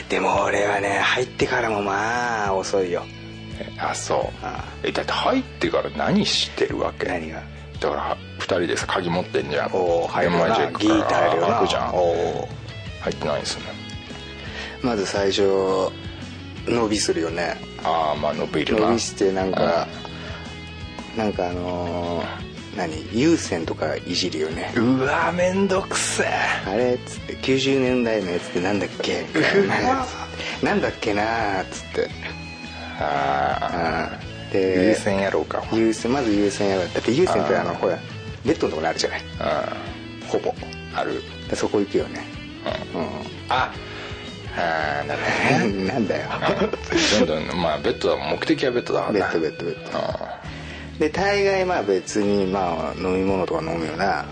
E: でも俺はね入ってからもまあ遅いよ
D: うんあそう
E: あ
D: えだって入ってから何してるわけ
E: 何が
D: だから2人でさ鍵持ってんじゃん
E: おお入る
D: MI
E: な
D: チェック
E: ギーター入る
D: から
E: な
D: 開くじゃん
E: おお
D: 入ってないですね
E: まず最初伸びするよね
D: ああまあ伸びるな
E: 伸びしてなんかなんかあのー何有線とかいじるよね
D: うんうわめんどくせえ
E: あれっつって90年代のやつってなんだっけみたいなやつなんだっけなーっつって
D: ああ
E: うん
D: 優
E: で
D: 先やろうかうん
E: 優先まず優先やろうだって優先ってあの
D: あー
E: ほらベッドのところにあるじゃないほぼ
D: ある
E: でそこ行くよね
D: ああーなるほどね
E: なんだよ
D: どんどんまあベッドだ目的はベッドだから
E: ベ
D: な
E: ッドベッドベッド
D: あ
E: で大概まあ別にまあ飲み物とか飲むよな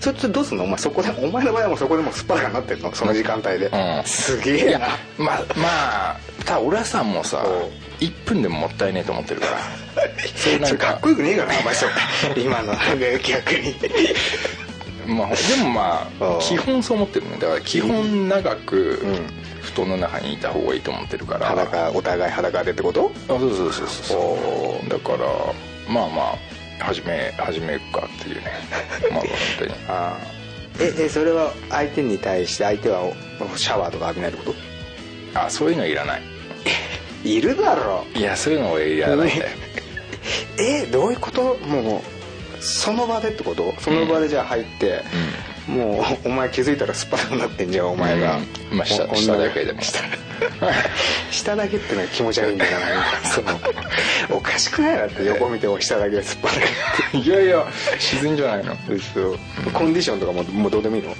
E: それとどうすんのお前そこでお前の場合はもうそこでもうすっぱらかになってんのその時間帯で、
D: うん
E: す
D: ー
E: げ
D: い
E: え
D: や
E: な
D: まあまあただ俺はさもうさ
E: おう
D: 1分でももったいねえと思ってるからそれな
E: そ
D: ん
E: れか
D: か
E: っこよくねえかなお前そ れ今のなんか逆に
D: まあでもま
E: う
D: あ
E: ん
D: 基本そう思ってるねだから基本長く
E: うん
D: 布団の中にいた方がいいと思ってるから
E: 裸お互い裸でってこと
D: あそうそうそうそうだからまあまあ始め始めるかっていうね まあ本当に
E: あええそれは相手に対して相手はおシャワーとか浴びないってこと
D: あそういうのいらない
E: いるだろ
D: いやそういうの俺いらないんだよ
E: えどういうこともうその場でってことその場でじゃあ入って、もうお前気づいたらスパラになってんじゃんお前が、
D: うんまあ下
E: お
D: 下だけでも
E: 下下だけってのは気持ち悪いんだよななんかそのおかしくないなって横見てお下だけスパラ
D: いやいや沈んじゃないの
E: そうコンディションとかももうどうでもいいの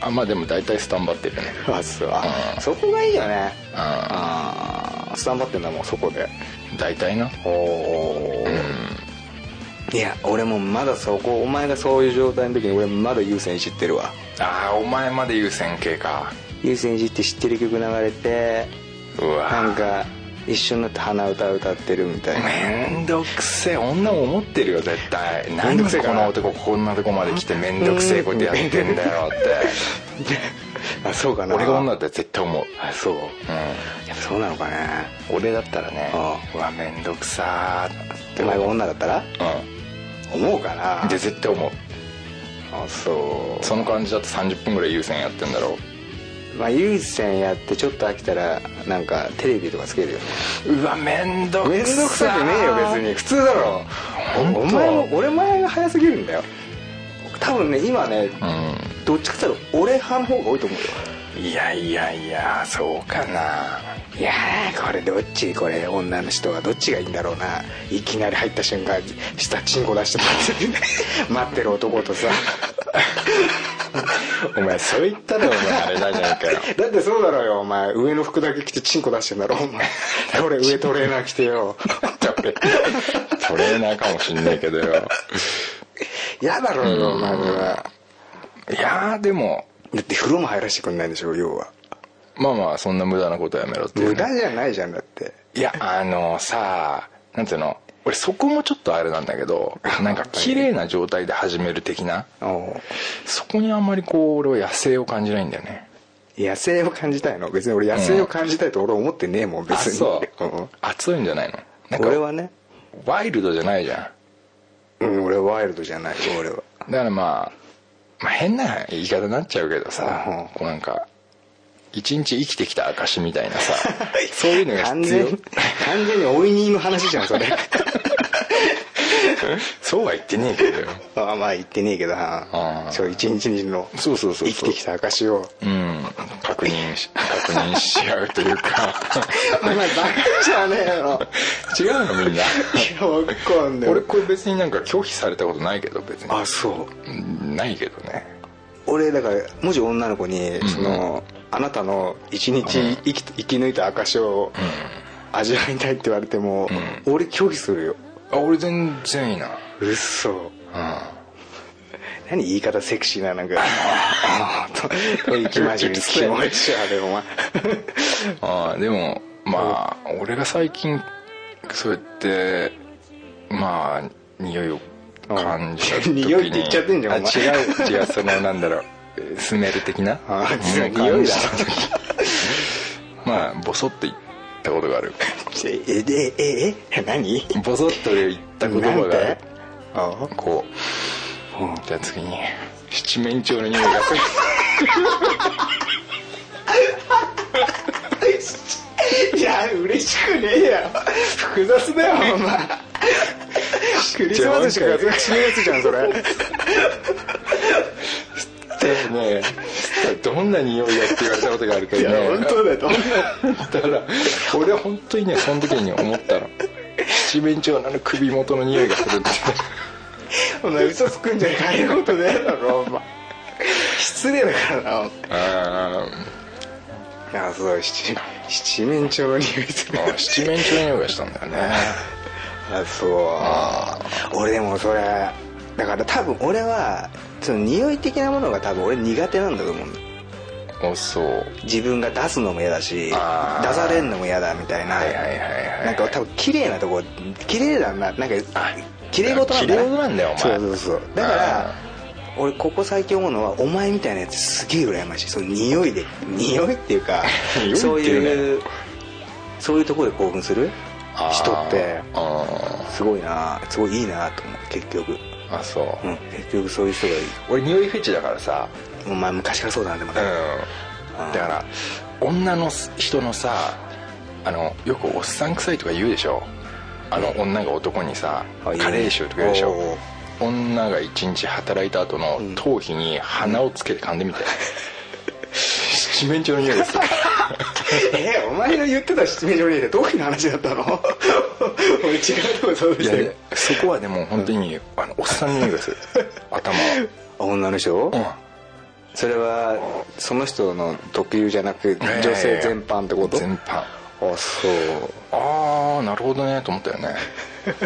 D: あまあでも大体スタンバってるね
E: あそう
D: うん
E: そこがいいよね
D: うん
E: ああスタンバってんだもんそこで
D: 大体な
E: おお、いや俺もまだそこお前がそういう状態の時に俺まだ優先いじってるわ
D: ああお前まで優先系か
E: 優先いじって知ってる曲流れて
D: うわ
E: なんか一緒になって鼻歌歌ってるみたいな
D: めんどくせえ女も思ってるよ絶対な
E: めん
D: ん
E: ど
D: で
E: くせえか
D: こ
E: な
D: の男こんなとこまで来てめんどくせえことやってんだ よって
E: あそうかな
D: 俺が女だったら絶対思う
E: あそう
D: う
E: やっぱそうなのかね
D: ん俺だったらね
E: あ
D: うわめんどくさーって
E: お前が女だったら
D: う
E: 思うかなん
D: で絶対思う
E: あそう
D: その感じだと30分ぐらい優先やってんだろ
E: まあ優先やってちょっと飽きたらなんかテレビとかつけるよね
D: ううわめんど
E: めん
D: く
E: どく
D: さ
E: さくねえよ別に普通だろ
D: 本当
E: お前も俺前が早すぎるんだよ多分ね今ね
D: う
E: どっちかって言ったら俺派の方が多いと思うよ
D: んいやいやいやそうかない
E: やーこれどっちこれ女の人はどっちがいいんだろうないきなり入った瞬間下チンコ出して 待ってる男とさ
D: お前そう言ったらお前あれだじゃんかよ
E: だってそうだろうよお前上の服だけ着てチンコ出してんだろお前これ上トレーナー着てよ
D: トレーナーかもしんないけどよ
E: 嫌だろうよお前はい
D: やーでも
E: だって風呂も入らせてくんないんでしょ要は
D: まあまあそんな無駄なことやめろっていうね、
E: 無駄じゃないじゃんだって
D: いやあのさなんていうの俺そこもちょっとあれなんだけどなんか綺麗な状態で始める的な
E: お
D: そこにあんまりこう俺は野生を感じないんだよね
E: 野生を感じたいの別に俺野生を感じたいと俺思ってねえもん
D: あ
E: 別に
D: そう
E: うん
D: 熱いんじゃないのなんか
E: 俺はね
D: ワイルドじゃないじゃん
E: うん俺はワイルドじゃない俺は
D: だからまあ、まあ、変な言い方になっちゃうけどさ、
E: うん
D: こうなんか一日生きてきた証みたいな さそういうのが
E: 完
D: 必
E: 全
D: 要
E: に完全においにの話じゃん それ
D: そうは言ってねえけ どよ
E: ああまあ言ってねえけどな
D: うん
E: そう一日にの
D: そうそうそうそう
E: 生きてきた証を
D: うん確認し確認し合うという か
E: お前バカじゃねえ よ
D: 違うのみんな
E: わかんねえ
D: 俺これ別になんか拒否されたことないけど別に
E: あそう
D: うんないけどね
E: 俺だからもし女の子にその、あなたの一日生き,、生き抜いた証を味わいたいって言われても、俺拒否するよ
D: あ俺全然いいな
E: 嘘
D: う
E: 何言い方セクシーななん かあーとと行きましょう
D: うる
E: 気
D: せえ
E: 持ち悪いお前
D: んあでもまあ俺が最近そうやってまあ匂いを感じた時に
E: 匂いって言っちゃってんじゃん
D: あ
E: お前
D: 違う違うそのなんだろうスメル的な
E: あー
D: ものを
E: 匂
D: 感
E: い
D: じ
E: だ
D: た時まあボソッと言ったことがある
E: ええでえええ何
D: ボソッと俺言った言葉があ
E: なん
D: る
E: てあ
D: こう、じゃあ次に七面鳥の匂いがする
E: いや嬉しくねえや複雑だよお前クリスマスしかやってないやつじゃんそれ
D: っ てねどんな匂いやって言われたことがあるか
E: い
D: らね
E: だよ
D: だから俺は本当にねその時に思ったの七面鳥のあの首元の匂いがするって
E: お前嘘つくんじゃない帰ることねえだろお前失礼だから
D: あ
E: なあそう七七面鳥の匂いする
D: あ七面鳥の匂いがしたんだよね
E: あそう俺でもそれだから多分俺はその匂い的なものが多分俺苦手なんだと思うの
D: おそう
E: 自分が出すのも嫌だし出
D: あー
E: されんのも嫌だみたいな、
D: はいはいはいはい
E: なんか多分綺麗なとこ綺麗だななんか
D: あ
E: 綺麗事なんだ
D: 綺麗事なんだよお前
E: そうそうそうだから
D: あ
E: 俺ここ最近思うのはお前みたいなやつすげえ羨ましいその匂いで匂いっていうか
D: 匂いって
E: そう
D: い
E: いうそういうところで興奮する
D: あー
E: 人って
D: あ
E: すごいなすごいいいなと思う結局
D: ーあそう、
E: うん結局そういう人がいい
D: 俺匂いフェチだからさ
E: お前昔からそうだなでもね
D: うんだから女の人のさあのよくおっさん臭いとか言うでしょあの女が男にさ
E: あいいね
D: 加齢臭とか言うでし
E: お
D: ょ
E: ー
D: 女が一日働いた後の頭皮に鼻をつけて噛ん でみて、七面鳥の匂いでする
E: えお前の言ってた七味醤油でどういう話だったの 俺違うとこそうで
D: い
E: し
D: や
E: た
D: でそこはでも本当に、あのおっさんの匂いがす る頭は
E: 女の人、
D: うん
E: それはその人の特有じゃなく
D: いやいや
E: 女
D: いや
E: 性全般ってこと
D: 全般
E: あそう
D: ああなるほどねと思ったよ ね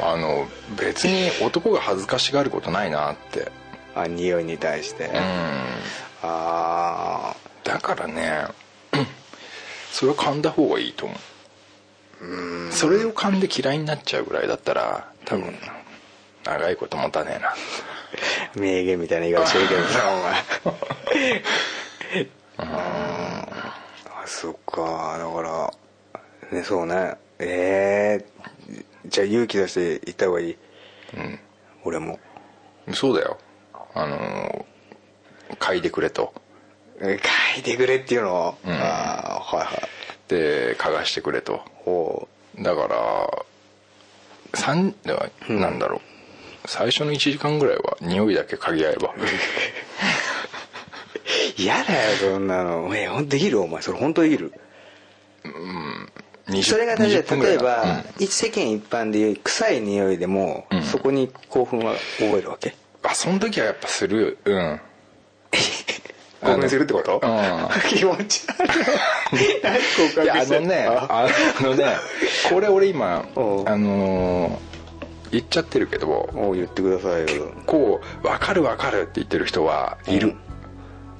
D: あの別に男が恥ずかしがることないなって
E: あ匂いに対して、
D: うん
E: ああ
D: だからねそれは噛んだ方がいいと思うそれを噛んで嫌いになっちゃうぐらいだったら多分長いこと持たねえな
E: ー名言みたいな言い方してるけどさお前 うんあそっかだからねそうねええじゃあ勇気出して行った方がいい、俺も
D: そうだよあのー嗅いでくれと
E: え書いてくれっていうの、
D: うん
E: あーはいはい
D: で嗅がしてくれと
E: お
D: だから三ではなんだろう、最初の1時間ぐらいは匂いだけ嗅ぎ合えば
E: 嫌だよそんなのえほんできるお前それ本当できる
D: 20
E: それが大事
D: 20
E: だ
D: 分ぐらい
E: よ例え
D: だ
E: ば、
D: うん
E: 一世間一般でいう臭い匂いでも、
D: うん
E: そこに興奮は覚えるわけ
D: あその時はやっぱするうん
E: 興奮するってこと
D: うん
E: 気持ち悪い何告白
D: いやあ
E: して
D: の
E: ん
D: ね
E: あ
D: あのねこれ俺今
E: おう
D: あのー言っちゃってるけど
E: おう言ってくださいよ
D: こう分かる分かるって言ってる人はいる、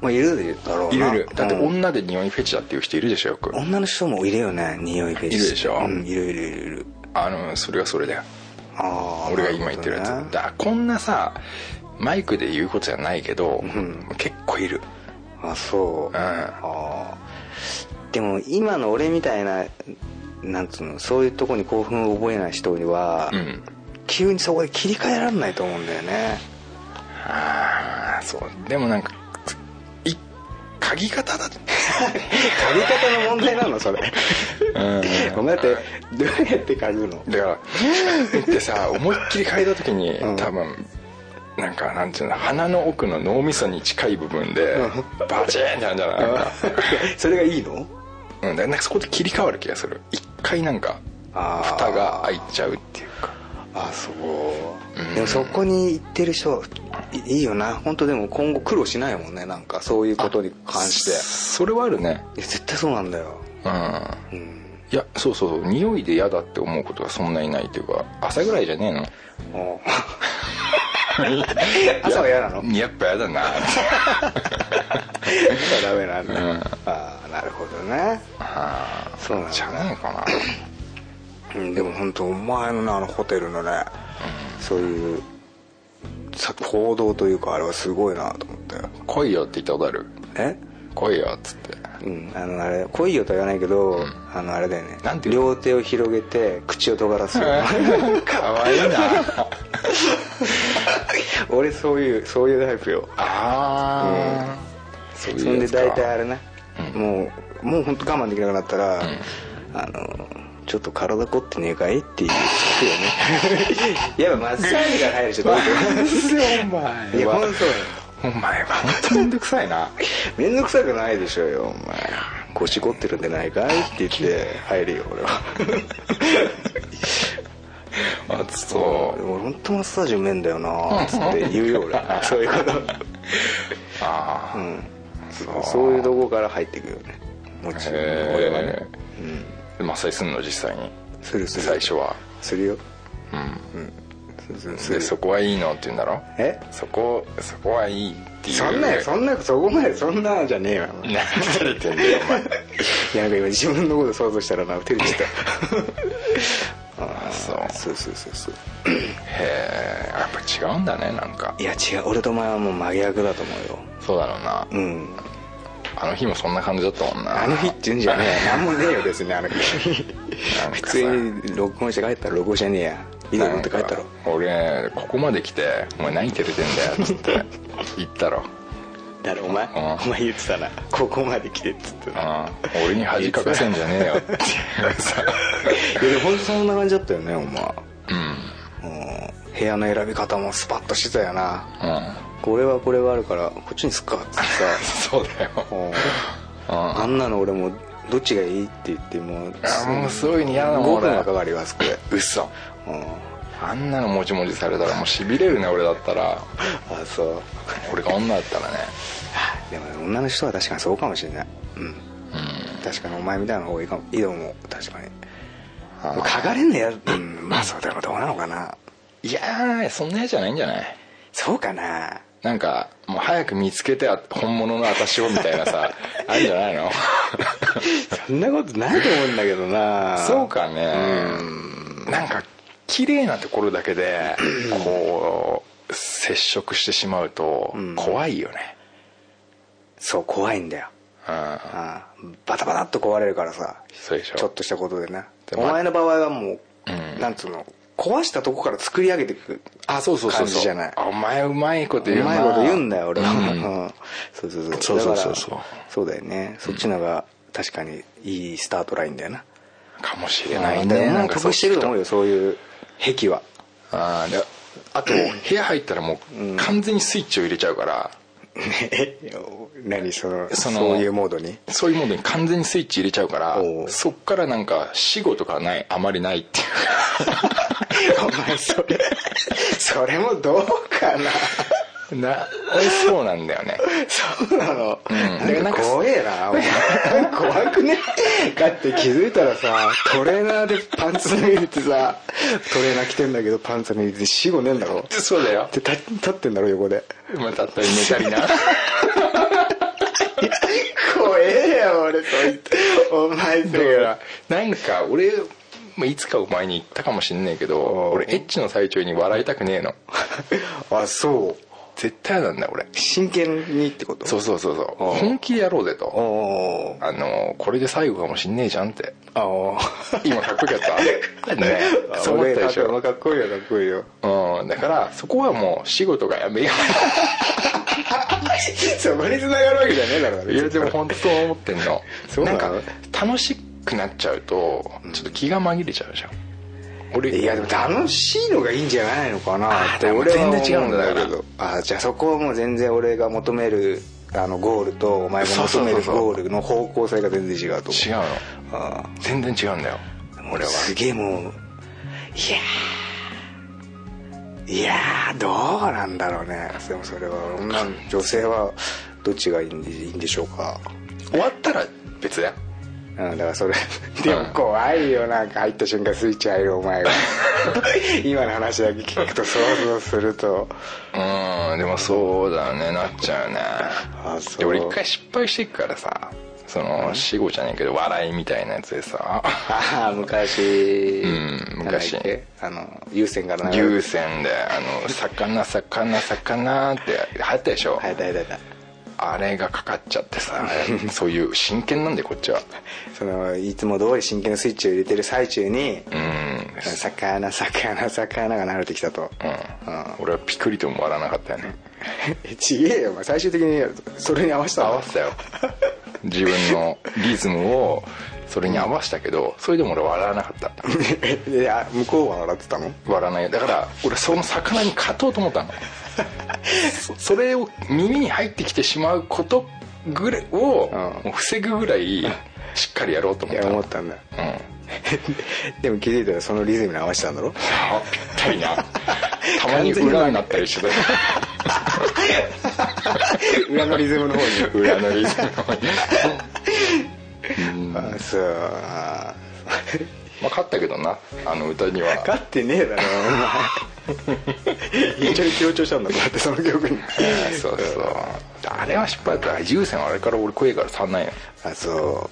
E: まあいるだろうない
D: るいるだって
E: うん
D: 女で匂いフェチだっていう人いるでしょよく
E: 女の人もいるよね匂いフェチ
D: いるでしょ
E: うん、いるいるいるいる
D: あのそれはそれだよ
E: ああ
D: 俺が今言ってるやつ
E: な
D: だ
E: ほどね
D: からこんなさマイクで言うことじゃないけど、
E: ん
D: 結構いる
E: あそ
D: うん
E: う、ああでも今の俺みたいななんつうのそういうとこに興奮を覚えない人には、
D: うん
E: 急にそこで切り替えられないと思うんだよね
D: ああそうでもなんかい嗅ぎ方だ
E: 嗅ぎ方の問題な のそれ
D: う
E: お
D: ん
E: 前だってどうやって嗅ぐ の
D: だから「ってさ思いっきり嗅いだ時に、
E: ん
D: 多分なんかなんていうの鼻の奥の脳みそに近い部分で、バチーンってなんじゃないなんか
E: それがいいの
D: うん、だからなんかそこで切り替わる気がする一回なんか
E: あー
D: 蓋が開いちゃうっていうか
E: あそう、でもそこに行ってる人いいいよな本当でも今後苦労しないもんねなんかそういうことに関して
D: それはあるね
E: いや絶対そうなんだよ
D: うん
E: うん
D: いやそうそうそう匂いで嫌だって思うことがそんなにないというか朝ぐらいじゃねえの
E: お朝は嫌なの
D: やっぱ嫌だな
E: 朝はダメなんだ、
D: うん
E: ああなるほどね
D: あ
E: そうなん
D: あ
E: だ
D: じゃないかな
E: うんでも本当お前のねあのホテルのね、そういうさ行動というかあれはすごいなと思ったよ
D: 来いよって言ったことある
E: え
D: 来いよっつって
E: うんあのあれ来いよとは言わないけど、あのあれだよね
D: なんて言う
E: 両手を広げて口を尖ら す
D: かわい いな
E: 俺そういうそういうタイプよ
D: ああ、そう
E: そん
D: いう
E: で
D: やつか
E: 大体あれね、もうもう本当我慢できなくなったら、あのちょっと体凝ってねえかいっていう聞くよ ねやっぱマッサージが入る人どう
D: お
E: い
D: 前
E: や
D: は
E: 本当よ
D: お前は本当にめんどくさいな
E: 面倒くさくないでしょうよお前腰凝ってるんでないかいって言って入るよ俺は
D: あそ
E: で
D: う
E: も俺本当マッサージうめえんだよなつって言うよ俺そういうこと
D: ああ、
E: そうそういうとこから入っていくよねもちろん
D: へえ
E: 俺はね
D: でマッサージするの実際に
E: するする
D: 最初は
E: するよ
D: うん
E: するす
D: で
E: る
D: そこはいいのって言うんだろ
E: え
D: そこそこはいいっていう
E: そんなそんなそこまでそんなじゃねえよ
D: 何されてんだよ お前
E: いやなんか今自分のこと想像したらな照れちゃっ
D: あそう
E: たそうそうそうそう
D: へえやっぱ違うんだねなんか
E: いや違う俺とお前はもう真逆だと思うよ
D: そうだろうな、
E: うん
D: あの日もそんな感じだったもんな
E: あの日って言うんじゃねえなんもねえよ別にあの 日
D: なんか
E: 普
D: さ
E: 通に録音して帰ったら録音じゃねえやビデオ持って帰ったろ
D: なんか俺ここまで来て「お前何照れてんだよ」っつ って言ったろ、
E: だろお前
D: ん
E: お前言ってたなここまで来てっつって
D: う
E: た
D: ん、 俺に恥かかせんじゃねえよっていうさ
E: いやでも本当そんな感じだったよねお前部屋の選び方もスパッとしてたよな
D: うん
E: これはこれがあるからこっちにすっかっ つってさ
D: そうだよ
E: うん
D: うん
E: あんなの俺もどっちがいいって言ってもう
D: あもうそういうの嫌だもん
E: 僕
D: 俺
E: の係はあそこで
D: 嘘
E: うん
D: あんなのもちもちされたらもうしびれるね俺だったら
E: あそう
D: 俺が女だったらね
E: でも女の人は確かにそうかもしれないうん確かにお前みたいな方がいいかもいいと思う確かに
D: あ
E: かがれんのやうんまあそうでもどうなのかない
D: やーそんなやじゃないんじゃない
E: そうかな
D: なんかもう早く見つけてあ本物の私をみたいな さあるんじゃないの
E: そんなことないと思うんだけどな
D: そうかねなんか綺麗なところだけでこう接触してしまうと
E: うん
D: 怖いよね
E: そう怖いんだよ
D: うん
E: ああバタバタっと壊れるからさ
D: そうでしょ
E: ちょっとしたことでな
D: で
E: お前の場合はもう、
D: うん
E: なんつうの壊したとこから作り上げていく
D: あそうそうそう
E: 感
D: そう
E: じじゃない
D: あお前うまいこと
E: う
D: 言うな
E: まいこと言うんだよ俺は、
D: うん
E: うんそうそうそう
D: そうそうそう
E: だから
D: そう
E: そうだよねそっちのが確かにいいスタートラインだよな、
D: かもし
E: い
D: れ
E: や
D: ない
E: ん
D: ね
E: だよ
D: な
E: なん
D: か
E: 得してると思う
D: よ
E: よそういう癖は
D: あーであと部屋入ったらもう完全にスイッチを入れちゃうから
E: え 何その
D: そ
E: そ
D: の
E: ういうモードに
D: そういうものに完全にスイッチ入れちゃうから
E: おう
D: そっからなんか死後とかないあまりないっていう
E: お前それそれもどうかな
D: かなそうなんだよね
E: そうなの、
D: でな
E: な
D: ん
E: ん
D: か
E: か怖えなお前怖くねだって気づいたらさトレーナーでパンツ脱いでてさトレーナー着てんだけどパンツ脱いでて死後ねえんだろ
D: そうだよ
E: で立立ってんだろ横で
D: またったり寝たりな
E: 怖えよ俺そいつお前そ
D: だからなんか俺まあいつかお前に言ったかもしんないけど
E: おう
D: 俺エッチの最中に笑いたくねえの
E: らあそう
D: 絶対なんだ俺
E: 真剣にってこと
D: そうそうそうそう本気でやろうぜ
E: お
D: と
E: お
D: あのこれで最後かもしんねえじゃんって
E: あお
D: 今かっこよかったねそう思ったでしょ
E: かっこいいよかっこいいよ
D: うんだからそこはもう仕事がやめよ
E: そこに繋がるわけじゃねえだろ
D: ういやでも本当そう思ってんの
E: そうな
D: なん
E: の
D: か楽しくなっちゃうとちょっと気が紛れちゃうじゃん俺
E: いやでも楽しいのがいいんじゃないのかなって
D: でも
E: 俺は
D: 全然違うんだ
E: 思
D: から
E: あじゃあそこはもう全然俺が求めるあのゴールとお前が求
D: そ
E: め
D: うそう
E: る
D: そうそう
E: ゴールの方向性が全然違うと思
D: 違うの
E: うあ
D: 全然違うんだよ
E: あ
D: 俺は
E: すげえもういやーいやーどうなんだろうねでもそれは女の女性はどっちがいいんでいいんでしょうか
D: 終わったら別だよ
E: うん、だからそれでも怖いよなんか入った瞬間スイッチ入るお 前が今の話だけ聞くと想像すると
D: うんでもそうだねなっちゃうね
E: あそう
D: で俺一回失敗していくからさその死後じゃねえけど笑いみたいなやつでさ
E: ああ昔
D: うん昔
E: なんだっけあの優先から流
D: 優先であの「魚魚魚」って流行ったでしょ、
E: はいだいだいだ
D: あれがかかっちゃってさ そういう真剣なんでこっちは
E: そのいつも通り真剣のスイッチを入れてる最中に
D: うん
E: 「魚魚魚」が慣れてきたと
D: うん、俺はピクリとも笑わなかったよね
E: えちげえよお前最終的にそれに合わせた
D: 合
E: の
D: わせたよ自分のリズムをそれに合わせたけどそれでも俺は笑わなかった
E: いや向こうは笑ってたの
D: 笑わないよだから俺その魚に勝とうと思ったのそそれを耳に入ってきてしまうことぐらいを、
E: うん
D: もう防ぐぐらいしっかりやろうと
E: い
D: 思っ
E: や
D: たの
E: 思ったんだよ
D: うん
E: でも気づいたらそのリズムに合わせたんだろ
D: あぴったりなたまに裏になったりして
E: 裏のリズムの方に
D: た裏のリズムの方に
E: あそうあ
D: まあ勝ったけどなあの歌には
E: 勝ってねえだろ お前一緒に強調したんだもんだってその曲に
D: そうそうあれは失敗だった優先はあれから俺声から触んないよ
E: あそ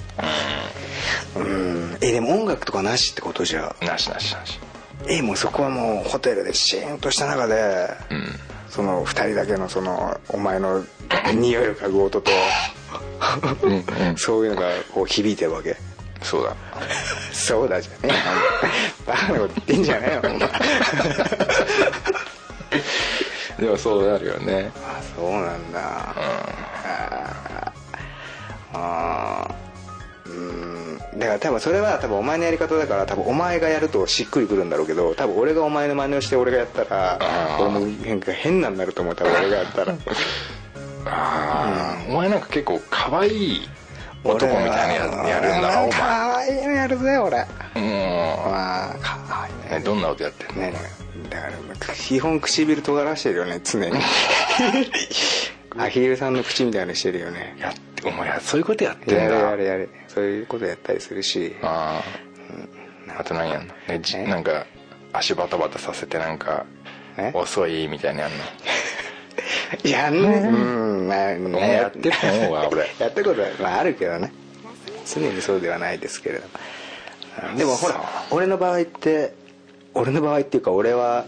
E: ううんえでも音楽とかなしってことじゃ
D: なしなしなし
E: えもうそこはもうホテルでシーンとした中で、その2人だけのそのお前の匂いを嗅ぐ音とそういうのがこう響いてるわけ
D: そうだ
E: そうだじゃねえよバカなこと言ってんじゃねえよお前
D: でもそうなるよね
E: あそうなんだ、あーあーうーんでから多分それは多分お前のやり方だから多分お前がやるとしっくりくるんだろうけど多分俺がお前の真似をして俺がやったら
D: あー
E: 俺も変か変なんなると思う多分俺がやったら
D: ああお前なんか結構可愛い 男みたいなややるんだなお
E: 可愛いのやるぜ俺
D: 前
E: まあ可愛いね
D: うんねどんなことやってんの
E: ねだから基本唇尖らしてるよね常 にアヒルさんの口みたいにしてるよね
D: やってお前そういうことやってん
E: や
D: だ
E: れやれやれそういうことやったりするし
D: あああと何やんの、ね、じ
E: え
D: なんか足バタバタさせてなんか
E: え
D: 遅いみたいなのやんの
E: やんないうんまあ
D: お前やってると思うわ俺
E: やったことは、まあ、あるけどね常にそうではないですけれどもでもほら俺の場合って俺の場合っていうか俺は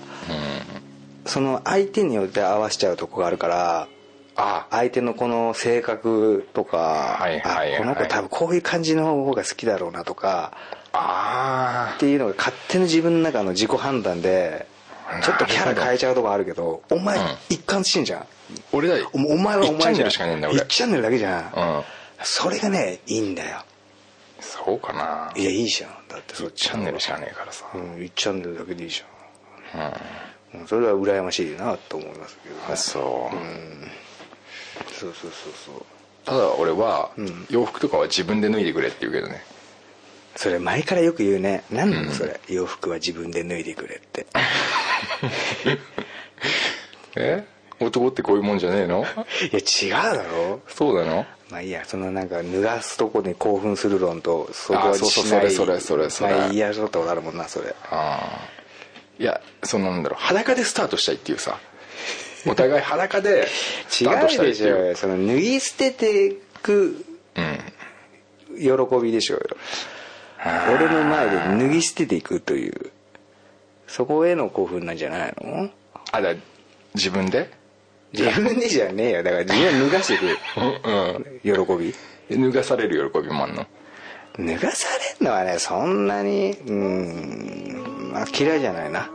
E: その相手によって合わせちゃうとこがあるから
D: あ
E: 相手のこの性格とか、
D: はいはいはい
E: あこの子多分こういう感じの方が好きだろうなとか
D: あ
E: っていうのが勝手に自分の中の自己判断でちょっとキャラ変えちゃうとこあるけどお前
D: うん
E: 一貫してんじゃん、
D: 俺だ
E: おお前はお前
D: 一チャンネ
E: じゃん
D: ルしかねえんだ俺
E: 1チャンネルだけじゃん、
D: うん
E: それがねいいんだよ
D: そうかない
E: やいいじゃんだってそ
D: 1
E: っち
D: チャンネルしかねえからさ
E: う
D: うん
E: ん1チャンネルだけでいいじゃん、うん、それは羨ましいなと思いますけどね
D: あそう
E: そうそうそうそう
D: ただ俺は
E: ん
D: 洋服とかは自分で脱いでくれって言うけどね
E: それ前からよく言うね何なのそれ、洋服は自分で脱いでくれって
D: え男ってこういうもんじゃねえ の
E: いや違うだろ
D: そうなの
E: まあいいやそのなんか脱がすとこに興奮する論とそこ
D: あ
E: は
D: そうそう
E: しない
D: それそれそれそれ
E: まあいいやちょっとあるもんなそれ
D: ああいやそのなんだろう裸でスタートしたいっていう さお互い裸でス
E: 違
D: タートし
E: う
D: たいっ
E: で
D: て
E: し
D: い
E: ょう
D: う
E: よその脱ぎ捨ててく
D: うん
E: 喜びでしょうよ俺の前で脱ぎ捨てていくというそこへの興奮なんじゃないの
D: あだ自分で
E: 自分でじゃねえよだから自分は脱がしていく喜び
D: 脱がされる喜びもあんの
E: 脱がされんのはねそんなにうん、まあ、嫌いじゃないな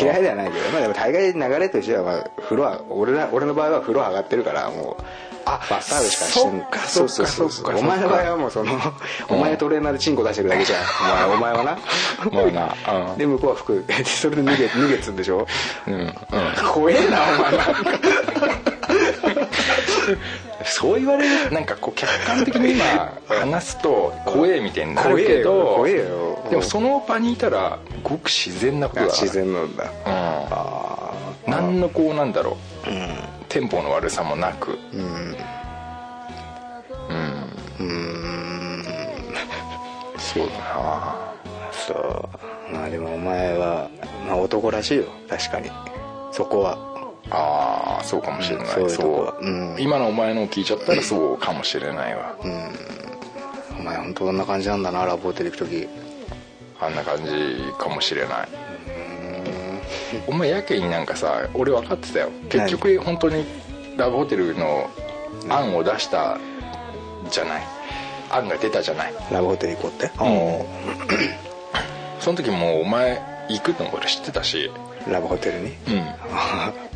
E: 嫌いではないけど、まあ、でも大概流れとしては、まあ、風呂は俺ら俺の場合は風呂上がってるからもうあバスタオルしかしてん
D: そっか
E: ううう
D: そっかそっか
E: お前の場合はもうそのお前トレーナーでチンコ出してるだけじゃんお前お前はな
D: もうなうん
E: で向こうは服 でそれで脱げ脱げっつうんでしょ
D: うんうん
E: 怖えなお前なんか
D: そう言われるなんかこう客観的に今 話すと怖えみたいになるけど
E: 怖えよ怖えよ
D: でもその場にいたらごく自然なことだな
E: 自然なんだ
D: うん何のこうなんだろう、テンポの悪さもなく そうだな
E: そうまあでもお前は、まあ、男らしいよ確かにそこは
D: ああそうかもしれない、
E: うんそういうとこはうん
D: 今のお前のを聞いちゃったらそうかもしれないわ、
E: お前本当こんな感じなんだなラボ出てく時
D: あんな感じかもしれないお前やけになんかさ俺分かってたよ結局本当にラブホテルの案を出したじゃない案が出たじゃない
E: ラブホテル行こうって
D: もう その時もうお前行くの俺知ってたし
E: ラブホテル に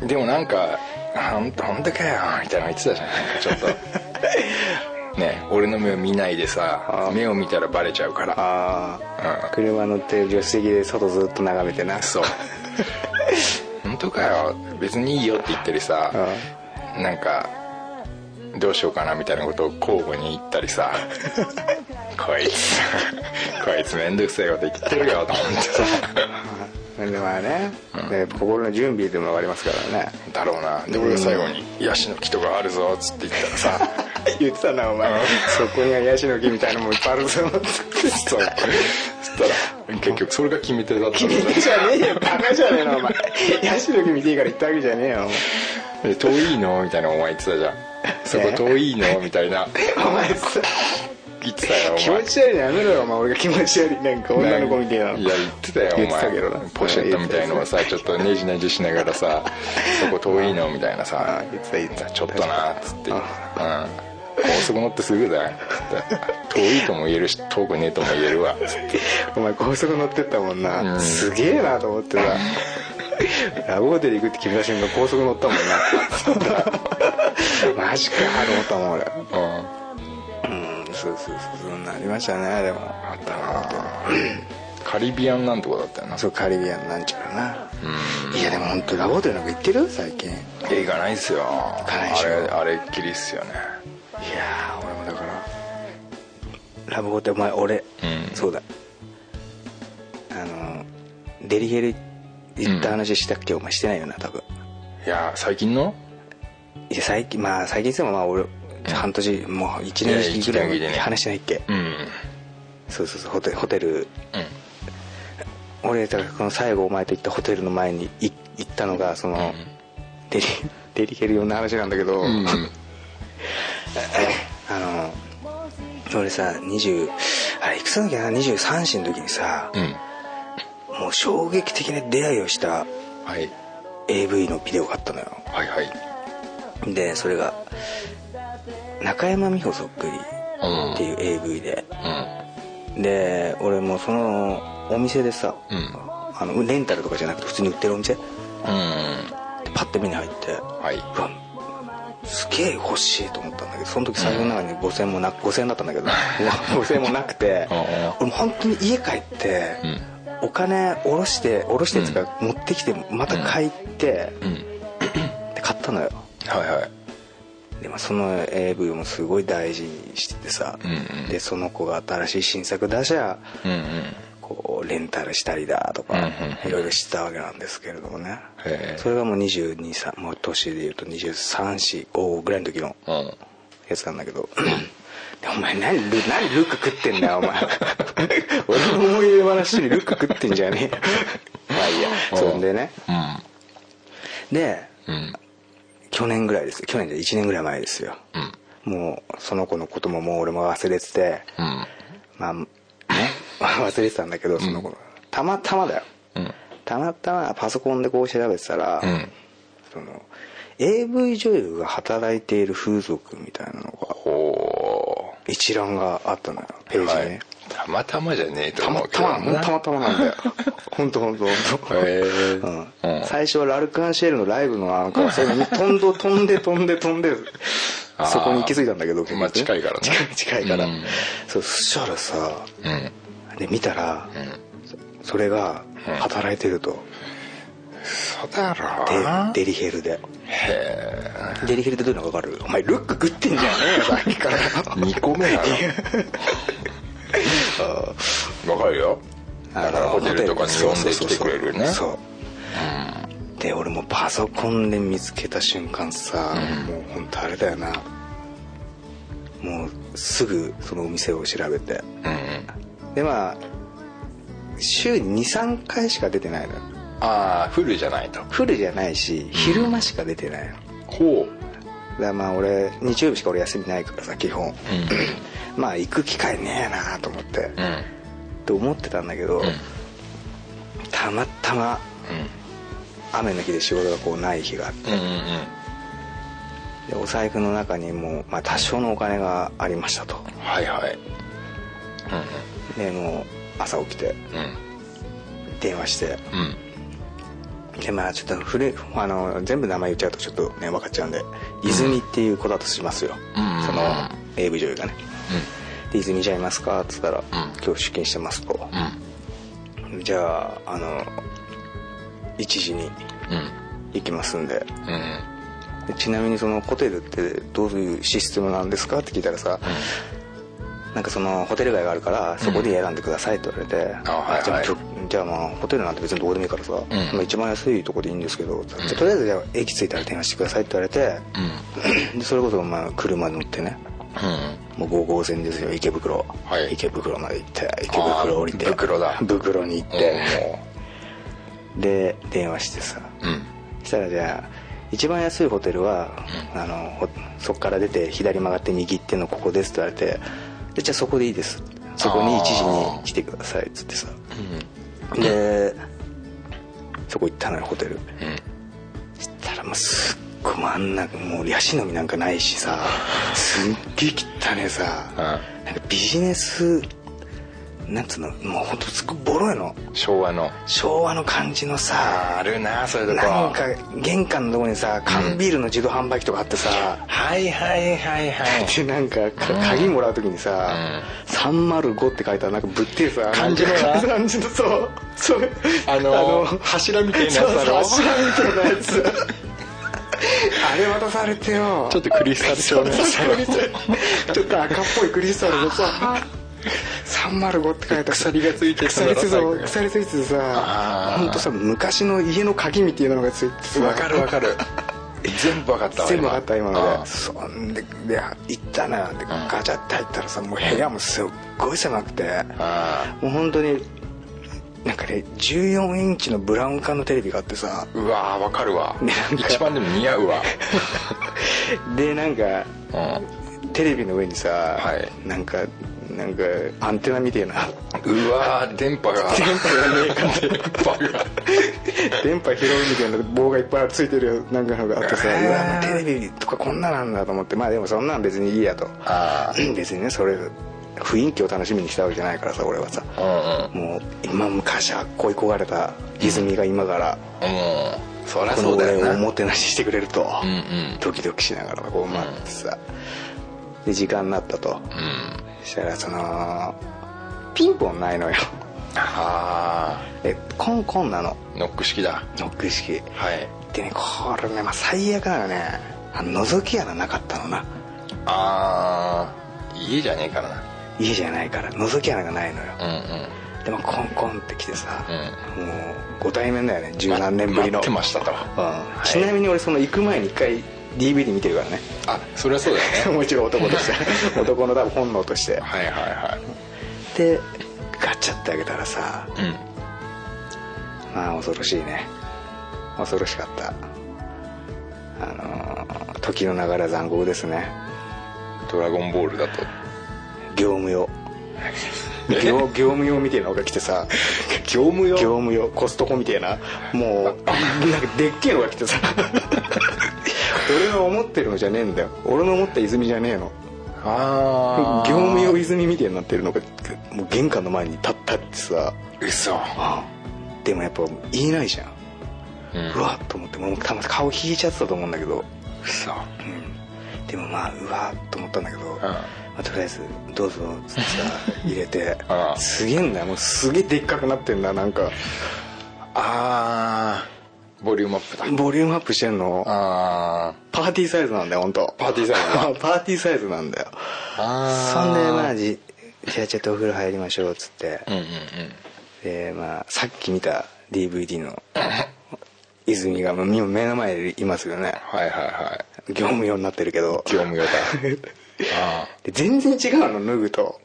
D: うんでもなんか「ほんとほんとかよ」みたいなの言ってたじゃんなんかちょっとね俺の目を見ないでさ目を見たらバレちゃうから
E: ああ
D: うん
E: 車乗って助手席で外ずっと眺めてな
D: そう本当かよ別にいいよって言ったりさなんかどうしようかなみたいなことを交互に言ったり さこいつこいつめんどくせえこと言ってるよと思ってさ
E: でまあね、で心の準備でも分かりますからね
D: だろうなで俺が最後に「ヤシの木とかあるぞ」っつって言ったらさ
E: 言ってたなお前 そこにはヤシの木みたいなのもいっぱいあるぞ
D: そうそしたら結局それが決め手だったんだ
E: じゃねえよバカじゃねえのお前 ヤシの木見ていいから行ったわけじゃねえよ
D: で遠いの?」みたいなお前言ってたじゃん「そこ遠いの?」みたい な
E: お前お前さ
D: 言ってたよ
E: 気
D: お
E: 持
D: 前
E: ち悪いのやめろよお前俺が気持ち悪いなんか女の子みたいなの
D: いや言ってたよお
E: 言
D: 前
E: ってたけどな
D: ポシェットみたいのをさちょっとネジネジしながら さ「そこ遠いの?」みたいなさ
E: 言ってた言ってた
D: ちょっとな」っつって「うん高速乗ってすぐだよ」つって「遠いとも言えるし遠くねえとも言えるわ」つって
E: お前高速乗ってったもんな、
D: うん
E: すげえなと思ってさ ラブホテル行くって決めた瞬間高速乗ったもん なマジかと思ったもん俺
D: うん
E: うんそそうそうそうそんなんありましたねでも
D: あったなカリビアンなんとかだったよな
E: そうカリビアンなんちゃらないやでも本当ラボテルなんか行ってる最近い
D: え行かないっすよ
E: かないでしょ
D: あれあれっきりっすよね
E: やー俺もだからラブホテル前俺、
D: うん
E: そうだあのデリヘル行った話したっけ、お前してないよな多分
D: いや最近の
E: いや最近まあ最近っつってもまあ俺半年もう1
D: いや
E: 年ぐら
D: 一年ぐらい
E: い
D: ね
E: 話してないっけ、
D: うん
E: そうそうそうホテホテル
D: うん
E: 俺だからこの最後お前と行ったホテルの前にい行ったのがその、デリデリヘル用の話なんだけど、
D: うん
E: あの俺さ20あれいくつだっけな23歳の時にさ、
D: うん
E: もう衝撃的な出会いをした
D: はい
E: AV のビデオがあったのよ
D: はいはい
E: でそれが中山美穂そっくりっていう AV で、で俺もそのお店でさ、
D: うん
E: あのレンタルとかじゃなくて普通に売ってるお店で
D: うん
E: パッて目に入って
D: うんはいう
E: わすげえ欲しいと思ったんだけどその時財布の中に5000円もな5000円だったんだ けど5000円もなくて
D: うんうん
E: 俺も本当に家帰って、お金下ろして下ろしてっていうか、持ってきてまた買いって、
D: うん
E: で買ったのよ
D: はいはい
E: で、まあ、その AV もすごい大事にしててさ、
D: うんうん
E: でその子が新しい新作出しゃ
D: うんうん
E: こうレンタルしたりだとか、
D: うんうん
E: いろいろしてたわけなんですけれどもね
D: へえ
E: それがもう22歳もう年でいうと2345ぐらいの時の
D: うん
E: やつなんだけど でお前何ル何ルック食ってん だよお前俺の思い出話にルック食ってんじゃねえまあいいや そんでねで
D: うん
E: 去年ぐらいです去年じゃ1年ぐらい前ですよ
D: うん
E: もうその子のことももう俺も忘れてて
D: うん
E: まあね忘れてたんだけどその子のたまたまだよ
D: うん
E: たまたまパソコンでこう調べてたら、
D: うん
E: その AV 女優が働いている風俗みたいなのが
D: ほ
E: 一覧があったのよペ
D: う
E: ージにね、
D: はいたまたまじゃねえと
E: た
D: 思
E: ま
D: うけ
E: た
D: ど
E: またまたま なんだよ本当本当本当
D: へえ
E: うん
D: うん
E: 最初はラルク・アンシェールのライブのなんかそういうのに飛んど飛んで飛んで飛んで
D: あー
E: そこに行き着いたんだけど結局ね
D: まあ近い からね
E: 近い近いから、
D: うん
E: そうそしたらさ
D: うん
E: で見たら、そそれが働いてると、
D: そうだろ
E: でデリヘルで
D: へ
E: デリヘルってどういうのか分かるお前ルック食ってんじゃねえよさっきから
D: 2個目だろわかるよだからホテルとかに呼んできてくれるね
E: そうで俺もパソコンで見つけた瞬間さ、もう本当あれだよなもうすぐそのお店を調べて
D: うんうん
E: でまあ週に23回しか出てないのよ
D: ああフルじゃないと
E: フルじゃないし昼間しか出てないの、
D: ほう
E: だからまあ俺日曜日しか俺休みないからさ基本、 まあ行く機会ねえなと思って、
D: うんうん
E: と思ってたんだけど、たまたま雨の日で仕事がこうない日があって
D: うんうんうん
E: でお財布の中にもう、まあ、多少のお金がありましたと
D: はいはい
E: でもう朝起きて
D: うん
E: 電話して
D: うんうん
E: でまあちょっと古いあの全部名前言っちゃうとちょっとね分かっちゃうんで泉っていう子だとしますよ、
D: うん
E: その
D: うん
E: AV 女優がね、で泉ちゃんいますか?」っつったら、今日出勤してます」と
D: う、
E: じゃああの1時に
D: ん
E: 行きますんで
D: うんうん
E: でちなみにそのホテルってどういうシステムなんですかって聞いたらさ、なんかそのホテル街があるからそこで選んでくださいって言われて、
D: はいはい
E: じゃあちょじゃあまあホテルなんて別にどうでもいいからさ、まあ一番安いとこでいいんですけど、じゃあとりあえずじゃあ駅着いたら電話してくださいって言われて、でそれこそまあ車乗ってね
D: うん
E: もう5号線ですよ池袋、
D: はい
E: 池袋まで行って池袋降りて
D: あー袋だ
E: 袋に行って、で電話してさ、
D: うんうん
E: そしたらじゃあ一番安いホテルは、あのほそこから出て左曲がって右行ってのここですって言われてでじゃあそこでいいですそこに1時に来てくださいっつってさ、 でそこ行ったのよホテル、そしたらもうすっごいもうあんなもうヤシの実なんかないしさすっげえ汚ねえさ、
D: うん
E: なんかビジネスなんつうのもうほんとすっごいボロいの
D: 昭和の
E: 昭和の感じのさ
D: あるなそういうとこ
E: なんか玄関のとこにさ缶ビールの自動販売機とかあってさ、
D: はいはいはいはい
E: でなんかか鍵もらう時にさ、305って書いたらなんかぶってえさ
D: 漢字のな
E: なんか感じのそうそう
D: あの柱みたいなやつだろ
E: そうそう柱みたいなや つあれ渡されてよ
D: ちょっとクリスタル調 のやつ
E: そうそうそうちょっと赤っぽいクリスタルのさ305って書いた
D: 鎖がついてる
E: 鎖ついて
D: そ
E: そ
D: の
E: う
D: 中
E: 鎖ついてて
D: あ
E: さ
D: ー
E: 本当さ昔の家の鍵みたいなのがついてさ
D: わかるわかる全部わかったわ
E: 全部あった今の
D: あ
E: でそんでで行ったなでガチャって入ったらさもう部屋もすっごい狭くて
D: あ
E: もう本当になんかね14インチのブラウン管のテレビがあっ てさ
D: うわーわかるわ
E: なんか
D: 一番でも似合うわ
E: でなんか
D: うん
E: テレビの上にさ、
D: はい
E: なんかなんかアンテナみたいな
D: うわー電波が
E: 電波がね
D: 電波が
E: 電波拾うみたいな棒がいっぱいついてるなんかのがあってさ
D: へー
E: うわもうテレビとかこんななんだと思ってまあでもそんなん別にいいやと
D: あ
E: 別にねそれ雰囲気を楽しみにしたわけじゃないからさ俺はさ
D: あ
E: もう今昔は恋焦がれた泉が今から
D: うんうんうんそりゃ
E: こ
D: そ
E: の
D: うだ
E: 俺を
D: よ
E: お
D: な
E: もてなししてくれると
D: うんうん
E: ドキドキしながらこう待ってさで時間になったと
D: うん
E: したらそのピンポンないのよ
D: あ
E: えコンコンなの
D: ーノック式だ
E: ノック式
D: はい
E: でねこれね、まあ、最悪なのねあの覗き穴なかったのな
D: あー家じゃねえからな
E: 家じゃないから覗き穴がないのよ
D: うん
E: でもコンコンって来てさ、
D: う
E: もうご対面だよね十
D: うん
E: 何年ぶり
D: 待
E: の
D: ってましたと
E: うんちなみに俺その行く前に一回 DVD 見てるからね
D: あそりゃそうだよね
E: もちろん男とし て男の多分本能として
D: はいはいは
E: でガチャってあげたらさ
D: いうん
E: まあ恐ろしいね恐ろしかったあのー時の流れは残酷ですね
D: ドラゴンボールだと
E: 業務用
D: え
E: 業業務用みたいなのが来てさ
D: 業務
E: 業務用コストコみたいなもうなんかでっけえのが来てさ俺の思ってるのじゃねえんだよ俺の思った泉じゃねえの
D: あ
E: 業
D: あ
E: 務用泉みたいになってるのがもう玄関の前に立ったってさ
D: 嘘
E: でもやっぱ言えないじゃん、
D: う
E: うんわっと思ってもう多分顔引いちゃってたと思うんだけど、
D: 嘘
E: でもまあうわっと思ったんだけど、
D: ん
E: まあとりあえずどうぞ っつってさ入れて
D: うん
E: すげえんだよもうすげえでっかくなってんだなんか
D: あーボリュームアップだ
E: ボリュームアップしてんの
D: あ
E: パーティーサイズなんだよ本当。
D: パーティーサイズだ
E: パーティーサイズなんだよ
D: あ
E: そんでまあじじゃあちょっとお風呂入りましょうっつって、
D: うんうん
E: でまあさっき見た DVD の泉がもう目の前にいますよね
D: はいはいはい
E: 業務用になってるけど
D: 業務用 だあ
E: で全然違うの脱ぐと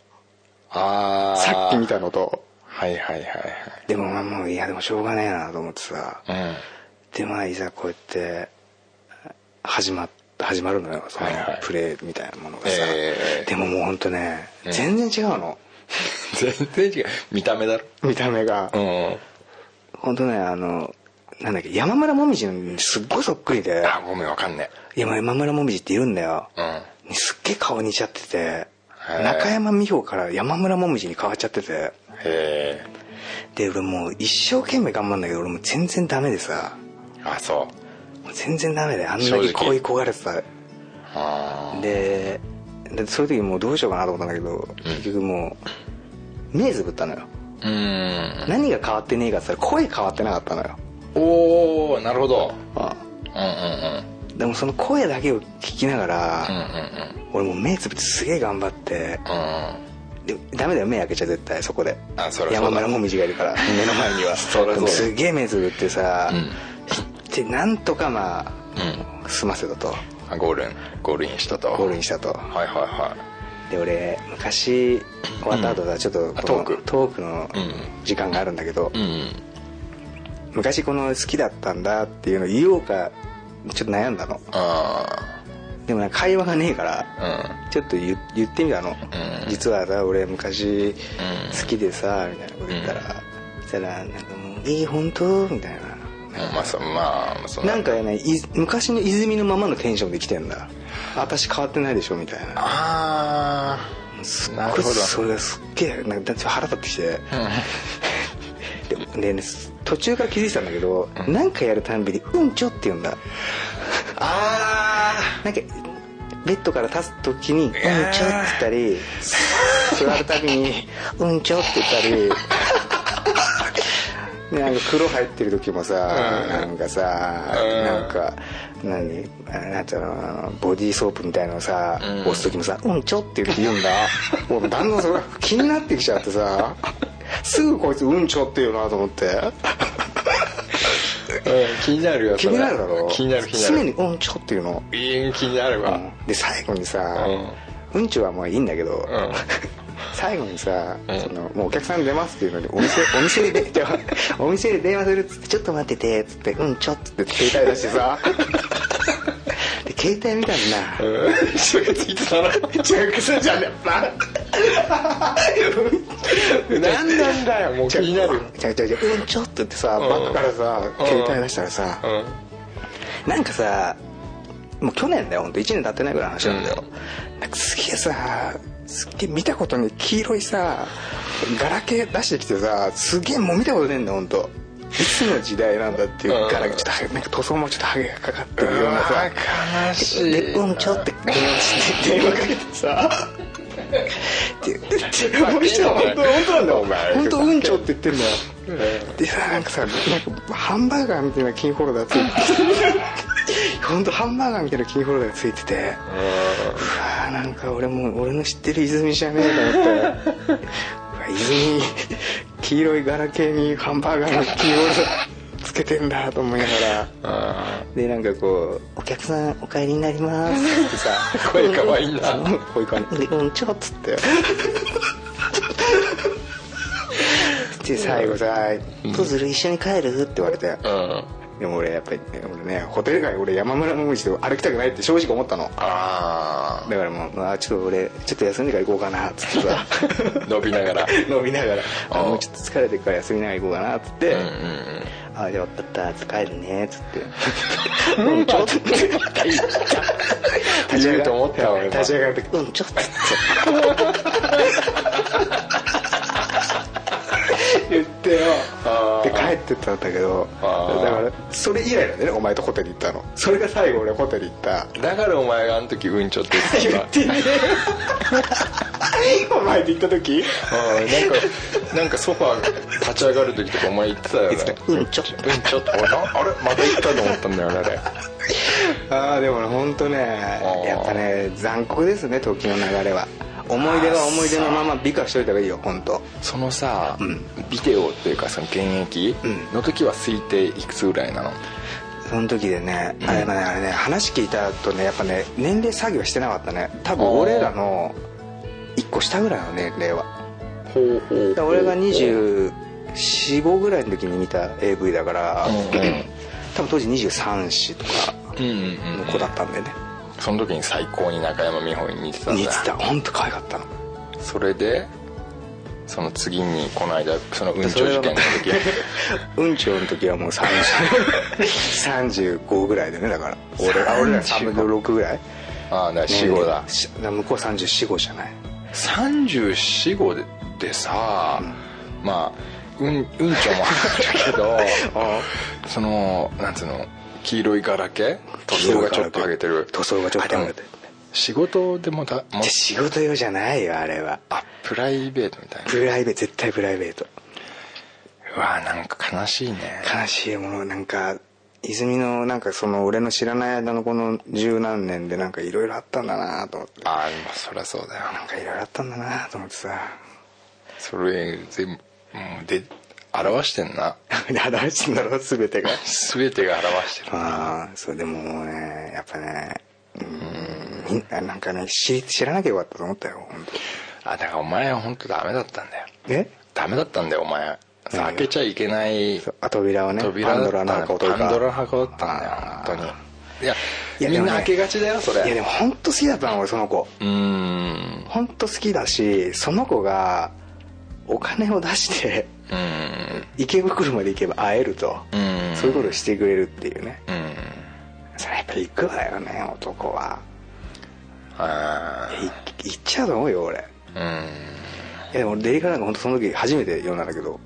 D: ーあー
E: さっき見たのと
D: はいはいはい
E: でもまあもういやでもしょうがねえなと思ってさ
D: はいうん
E: でまあいざこうやって始まっ始まるのよその
D: はいはい
E: プレイみたいなものがさ、
D: ええ
E: でももう本当ね、
D: うん
E: 全然違うの
D: 全然違う見た目だろ
E: 見た目が、
D: うん
E: 本当ねあのなんだっけ山村もみじにすっごいそっくりで
D: あごめんわかんね
E: 山山村もみじっているんだよ、
D: えうん
E: すっげえ顔似ちゃってて
D: はい
E: 中山美穂から山村もみじに変わっちゃってて
D: へえ
E: で俺もう一生懸命頑張るんだけど俺もう全然ダメでさ
D: あそう
E: もう全然ダメであん
D: 正
E: だ
D: 直
E: け恋焦がれてた
D: あ
E: ででそういう時もうどうしようかなと思ったんだけど結局もう目つぶったのよ
D: ーうん
E: 何が変わってねえかって言ったら声変わってなかったのよ
D: おおなるほど
E: あ
D: うんうんうん
E: でもその声だけを聞きながら、
D: うんうん
E: 俺もう目つぶってすげえ頑張って
D: うんうん
E: でダメだよ目開けちゃ絶対そこで
D: あそりゃそうだ
E: 山村もみじがいるから目の前に は
D: そりゃそうだ
E: でもすげえ目つぶってさ、
D: うん
E: でなんとかまあ、
D: う
E: 済ませたと
D: あゴールインゴールインしたと
E: ゴールインしたと
D: はいはいはい
E: で俺昔終わった後さちょっと
D: あ
E: この
D: トーク
E: トークの
D: うん
E: 時間があるんだけど、
D: うん
E: 昔この好きだったんだっていうの言おうかちょっと悩んだの
D: あ
E: でもなんか会話がねえから
D: あうん
E: ちょっと言言ってみたの、
D: ん
E: 実はさ俺昔好きでさみたいなこと言ったら、そしたらなんかもう「え本当?」みたいな
D: まあそまあそ
E: なんかねい昔の泉のままのテンションで来てんだ私変わってないでしょみたいな
D: あ
E: すっ
D: なる
E: ご
D: ほ
E: い
D: ど
E: それがすっげえなんかだんだん腹立ってきてででね途中から気づいてたんだけどなんかやるたんびに「うんちょ」って言うんだ
D: あ
E: なんかベッドから立つ時に「うんちょ」って言ったり座るたびに「うんちょ」って言ったりなんか風呂入ってる時もさなんかさ
D: うん
E: なんか何あなんていうのあのボディーソープみたいなのさ
D: うん
E: 押す時もさ「うんちょ」って言って 言うんだもうだんだんそれが気になってきちゃってさすぐこいつ「うんちょ」って言うなと 思って
D: 気になるよ
E: 気になるだろ
D: 気になる気にな
E: 常
D: る
E: に「うんちょ」っていうの
D: いい気になるわ
E: で最後にさ、うんちはもういいんだけど、
D: うん
E: 最後にさ、
D: うん
E: そのもうお客さん出ますっていうのにお店 お店で電話お店で電話するっつって「ちょっと待ってて」っつって「うんちょ」っつって携帯出し てさで携帯見たんだ
D: うんそれついてたな
E: 中学生じゃねえ
D: 何 なんだよもう気になる
E: ちゃちゃちゃうんちょっとってさ、
D: うん
E: バッグからさ
D: うん
E: 携帯出したらさ、
D: うん
E: なんかさもう去年だよ本当1年経ってないぐらいの話なんだよ、なんかすげえさすっげえ見たことねえ黄色いさガラケー出してきてさすげえもう見たことねえんだよ本当いつの時代なんだっていう
D: うん
E: ガラケーちょっとハゲなんか塗装もちょっとハゲがかかって
D: う
E: るようなさ
D: わ悲しい
E: でうんちょって電話して電話かけてさでででこの人は本当本当なんだよ
D: お前
E: 本当うんちょって言ってんだよ
D: うん
E: でさなんかさなんかハンバーガーみたいなキーホルダーついてて本当ハンバーガーみたいなキーホルダーがついててうわーなんか俺もう俺の知ってる泉じゃねえと思ってうわ泉黄色いガラケーにハンバーガーのキーホルダーつけてんだと思いながら
D: あ
E: でなんかこう「お客さんお帰りになります」ってさ
D: 声かわいいな
E: うん声かわいいで「うんちょ」っつってで最後さ「プズル一緒に帰る?」って言われて
D: ーうん
E: でも俺やっぱりね俺ねホテル街俺山村の道で歩きたくないって正直思ったの
D: あ
E: だからもう「あちょっと俺ちょっと休んでから行こうかな」っつってさ
D: あ伸びながら
E: 飲みながら
D: あ
E: あ「もうちょっと疲れてるから休みながら行こうかな」っつって、
D: うんうん
E: あじゃあ分かったっつって帰るねっつってうんちょっつって立
D: 言うと思ったわ俺も
E: 立ち上がる時うんちょっつって 言ってよ
D: あー
E: で帰ってったんだけどだ
D: あー
E: からそれ以来なんだよねお前とホテル行ったのそれが最後俺ホテル行った
D: だからお前があの時うんちょって言って
E: 言
D: た
E: ってねえ お前と行った時
D: うんなんかなんかソファー立ち上がる時とかお前言ってたよね
E: うんちょ
D: うんちょっと俺なあれまた行ったと思ったんだよねあれ
E: ああでもね本当ね
D: ー
E: やっぱね残酷ですね時の流れは思い出は思い出のまま美化しといた方がいいよ本当
D: そのさ、
E: ん
D: ビデオっていうかその現役
E: うん
D: の時は推定いくつぐらいなの、
E: その時でねあれ,、ねあれね話聞いた後ねやっぱね年齢詐欺はしてなかったね多分俺らの1個下ぐらいの年齢は
D: ほうほう
E: だから俺が245ぐらいの時に見た AV だから、
D: うんうん
E: 多分当時23子とか
D: うんうんう
E: の
D: ん
E: 子だったんだよね、
D: その時に最高に中山美穂に似てたんだ
E: 似てた本当可愛かったの
D: それでその次にこの間そのうんちょ事件の時
E: うんちょの時はもう30 35ぐらいだよねだから俺ら俺ら36ぐらい
D: ああだ死後だ
E: し向こう345じゃない
D: 345ででさ、まあうんうんちょも あるけどそのなんつうの黄色いガラケー塗装がちょっと上げてる
E: 塗装がちょっと上げてる
D: あでも仕事でもだも
E: じゃ仕事用じゃないよあれは
D: あプライベートみたいな
E: プライベート絶対プライベート
D: うわなんか悲しいね
E: 悲しいものなんか泉のなんかその俺の知らない間のこの十何年でなんかいろいろあったんだなと思って
D: ああでもそりゃそうだよ
E: なんかいろいろあったんだなと思ってさ
D: それ全部もうで表してんな
E: 表してんだろ全てが
D: 全てが表してる
E: ああそうでももうねやっぱねうんみんななんかね知知らなきゃよかったと思ったよ本
D: あだからお前は本当ダメだったんだよ
E: 当え
D: ダメだったんだよお前
E: 何が
D: 開けちゃいけない
E: そうあ扉をね
D: 扉
E: パン
D: だ
E: ド
D: った
E: ラ
D: んだ
E: の箱
D: よ
E: というか
D: パンドラの箱だったんだよ
E: あー
D: 本当にいや
E: い
D: み
E: や
D: ん
E: でもね
D: な開けがちだよそれ
E: いやでも本当好きだったの俺その子
D: うーん
E: 本当好きだしその子がお金を出して
D: うーん
E: 池袋まで行けば会えると、
D: うん
E: そういうことをしてくれるっていうね
D: うん
E: それはやっぱ行くわよね男は
D: あ
E: い行っちゃうと思うよ俺
D: うん
E: いやでも俺デリカなんか本当その時初めて呼んだんだけど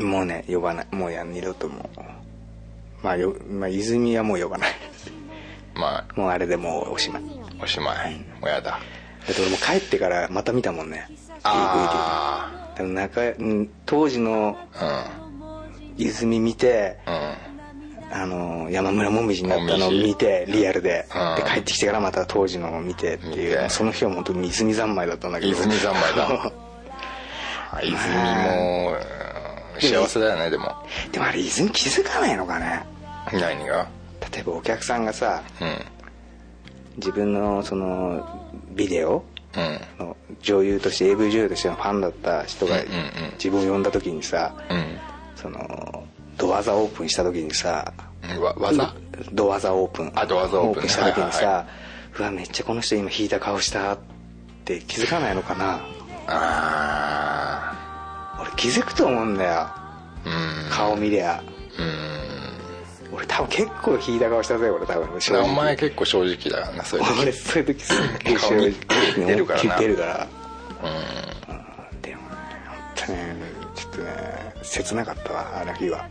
D: うん
E: もうね呼ばないもうや二度ともうまあよ、まあ、泉はもう呼ばない
D: うんまあ
E: もうあれでもうおしまいだ
D: おしまいもうやだ
E: って俺もう帰ってからまた見たもんね
D: あ
E: DVD でも中うん当時の
D: あ
E: 泉見て
D: うんうん
E: あの山村もみじになったのを
D: もみじ
E: 見てリアルで,、
D: うん
E: で帰ってきてからまた当時のを見てってい
D: 見て
E: うその日は本当に泉三昧だったんだけど
D: 泉三昧だあ泉もうん幸せだよねでも
E: でもあれ泉気づかないのかね
D: 何が
E: 例えばお客さんがさ
D: うん
E: 自分のそのビデオ
D: うん
E: の女優として AV 女優としてのファンだった人が
D: うんうんうん
E: 自分を呼んだ時にさ
D: う
E: そのドアザオープンした時にさ
D: んわ技
E: ドアザオープン
D: あドアザオープン
E: した時にさ、
D: はいは
E: うわめっちゃこの人今引いた顔したって気づかないのかな
D: あ
E: 俺気づくと思うんだよ
D: あうん
E: 顔見りゃ
D: うん
E: 俺多分結構引いた顔したぜ俺多分正
D: お前結構正直だよなそういう時
E: 俺そういう時すっげえ
D: 顔に出るからな
E: 出るからうんでもね本当ねちょっとね切なかったわあの日は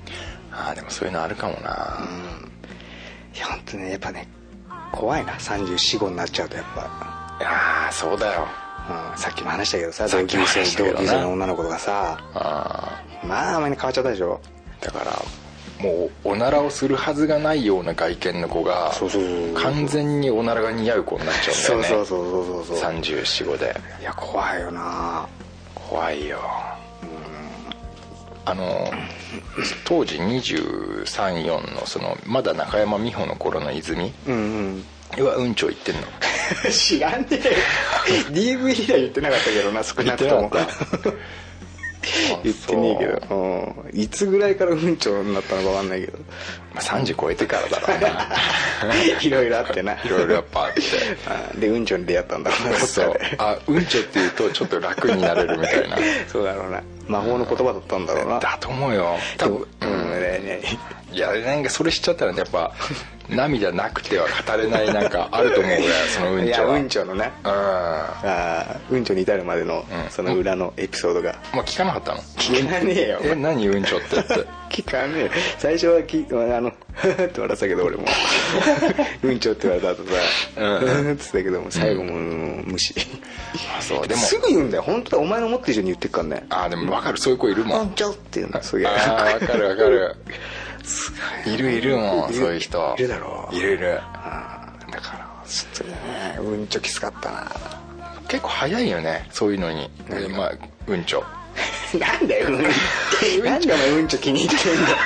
D: ああでもそういうのあるかもな
E: うんいや本当ねやっぱね怖いな345になっちゃうとやっぱ、
D: いやーそうだよ
E: うん、さっきも話したけどさ
D: さ
E: 同
D: っき
E: 級
D: も話し
E: 生
D: たけどな
E: 同級生の女の子とかさ
D: あ
E: まああんまり変わっちゃったでしょ
D: ーだからもうおならをするはずがないような外見の子が
E: そうそうそうそう
D: 完全におならが似合う子になっちゃう
E: そ
D: ん
E: う
D: だ
E: そ
D: よ
E: う
D: ね
E: そうそうそうそう
D: 345で
E: いや怖いよな
D: 怖いよあの当時234のそのまだ中山美穂の頃の泉
E: うんうん
D: はうんちょ言ってんの
E: 知らん ねえ DVD は言ってなかったけどな少なくと
D: 言
E: も
D: ってなか
E: 言ってねえけ
D: そう
E: ど、うん、いつぐらいからうんちょになったのか分かんな いけど
D: まあ、30超えてからだろうな
E: いろいろあってない
D: ろいろやっぱあって
E: あで うんちょに出会ったんだ ろうなどっ
D: そう
E: かで
D: あうんちょっていうとちょっと楽になれるみたいな
E: そうだろうな魔法の言葉だったんだろうな
D: だと思うよ多分
E: うん、
D: うん
E: ねね
D: いやなんかそれしちゃったらねやっぱ涙なくては語れないなんかあると思う俺そのうん
E: い
D: ち
E: や
D: ょは
E: うんちょのね
D: うん
E: あーうんちょに至るまでの、
D: うん
E: その裏のエピソードが
D: もう聞かなかったの
E: 聞かねえよ
D: え何うんちょってって
E: 聞かねえ最初はきあの 「ふふって笑ってたけど俺も 「うんちょ」って言われた後さ「
D: うん
E: ふふって言ってたけども最後ももう無視
D: あそうでも
E: すぐ言うんだよ本当だお前の思ってる以上に言ってっからね
D: あでも分かるそういう子いるも
E: うんんちょ」って言うんだすげえ
D: あー分かる分かる いるいるもんそういう人
E: いるだろう
D: いるいる
E: あーだからちょっとねうんちょきつかったな
D: 結構早いよねそういうのにでまあうんちょ
E: なんだようんちょなんでお前うんちょ気に入ってんだよ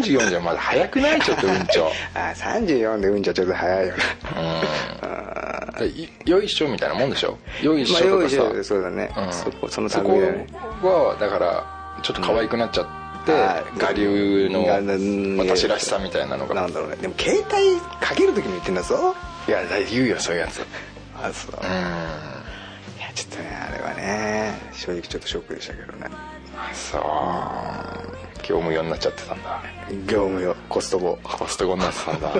D: 34じゃまだ早くないちょっとうん ちょ
E: あ34でうんちょちょっと早いよな
D: うんいよいしょみたいなもんでしょよいし
E: まあ
D: ょ
E: 用
D: と
E: 意
D: か
E: し
D: さ、
E: ようそうだね、
D: うん
E: そこその
D: そ
E: 類
D: こ
E: だね
D: はだからちょっと可愛くなっちゃって、
E: あー
D: 我流
E: うん
D: の私らしさみたいなのが
E: なんだろうねでも携帯かける時も言ってんだぞ
D: いやだ言うよそういうやつ
E: あそう、
D: うん
E: い
D: あ
E: やちょっとねあれはね正直ちょっとショックでしたけどね
D: そう業務用になっちゃってたんだ
E: 業務用コストコ
D: コストコになってたんだ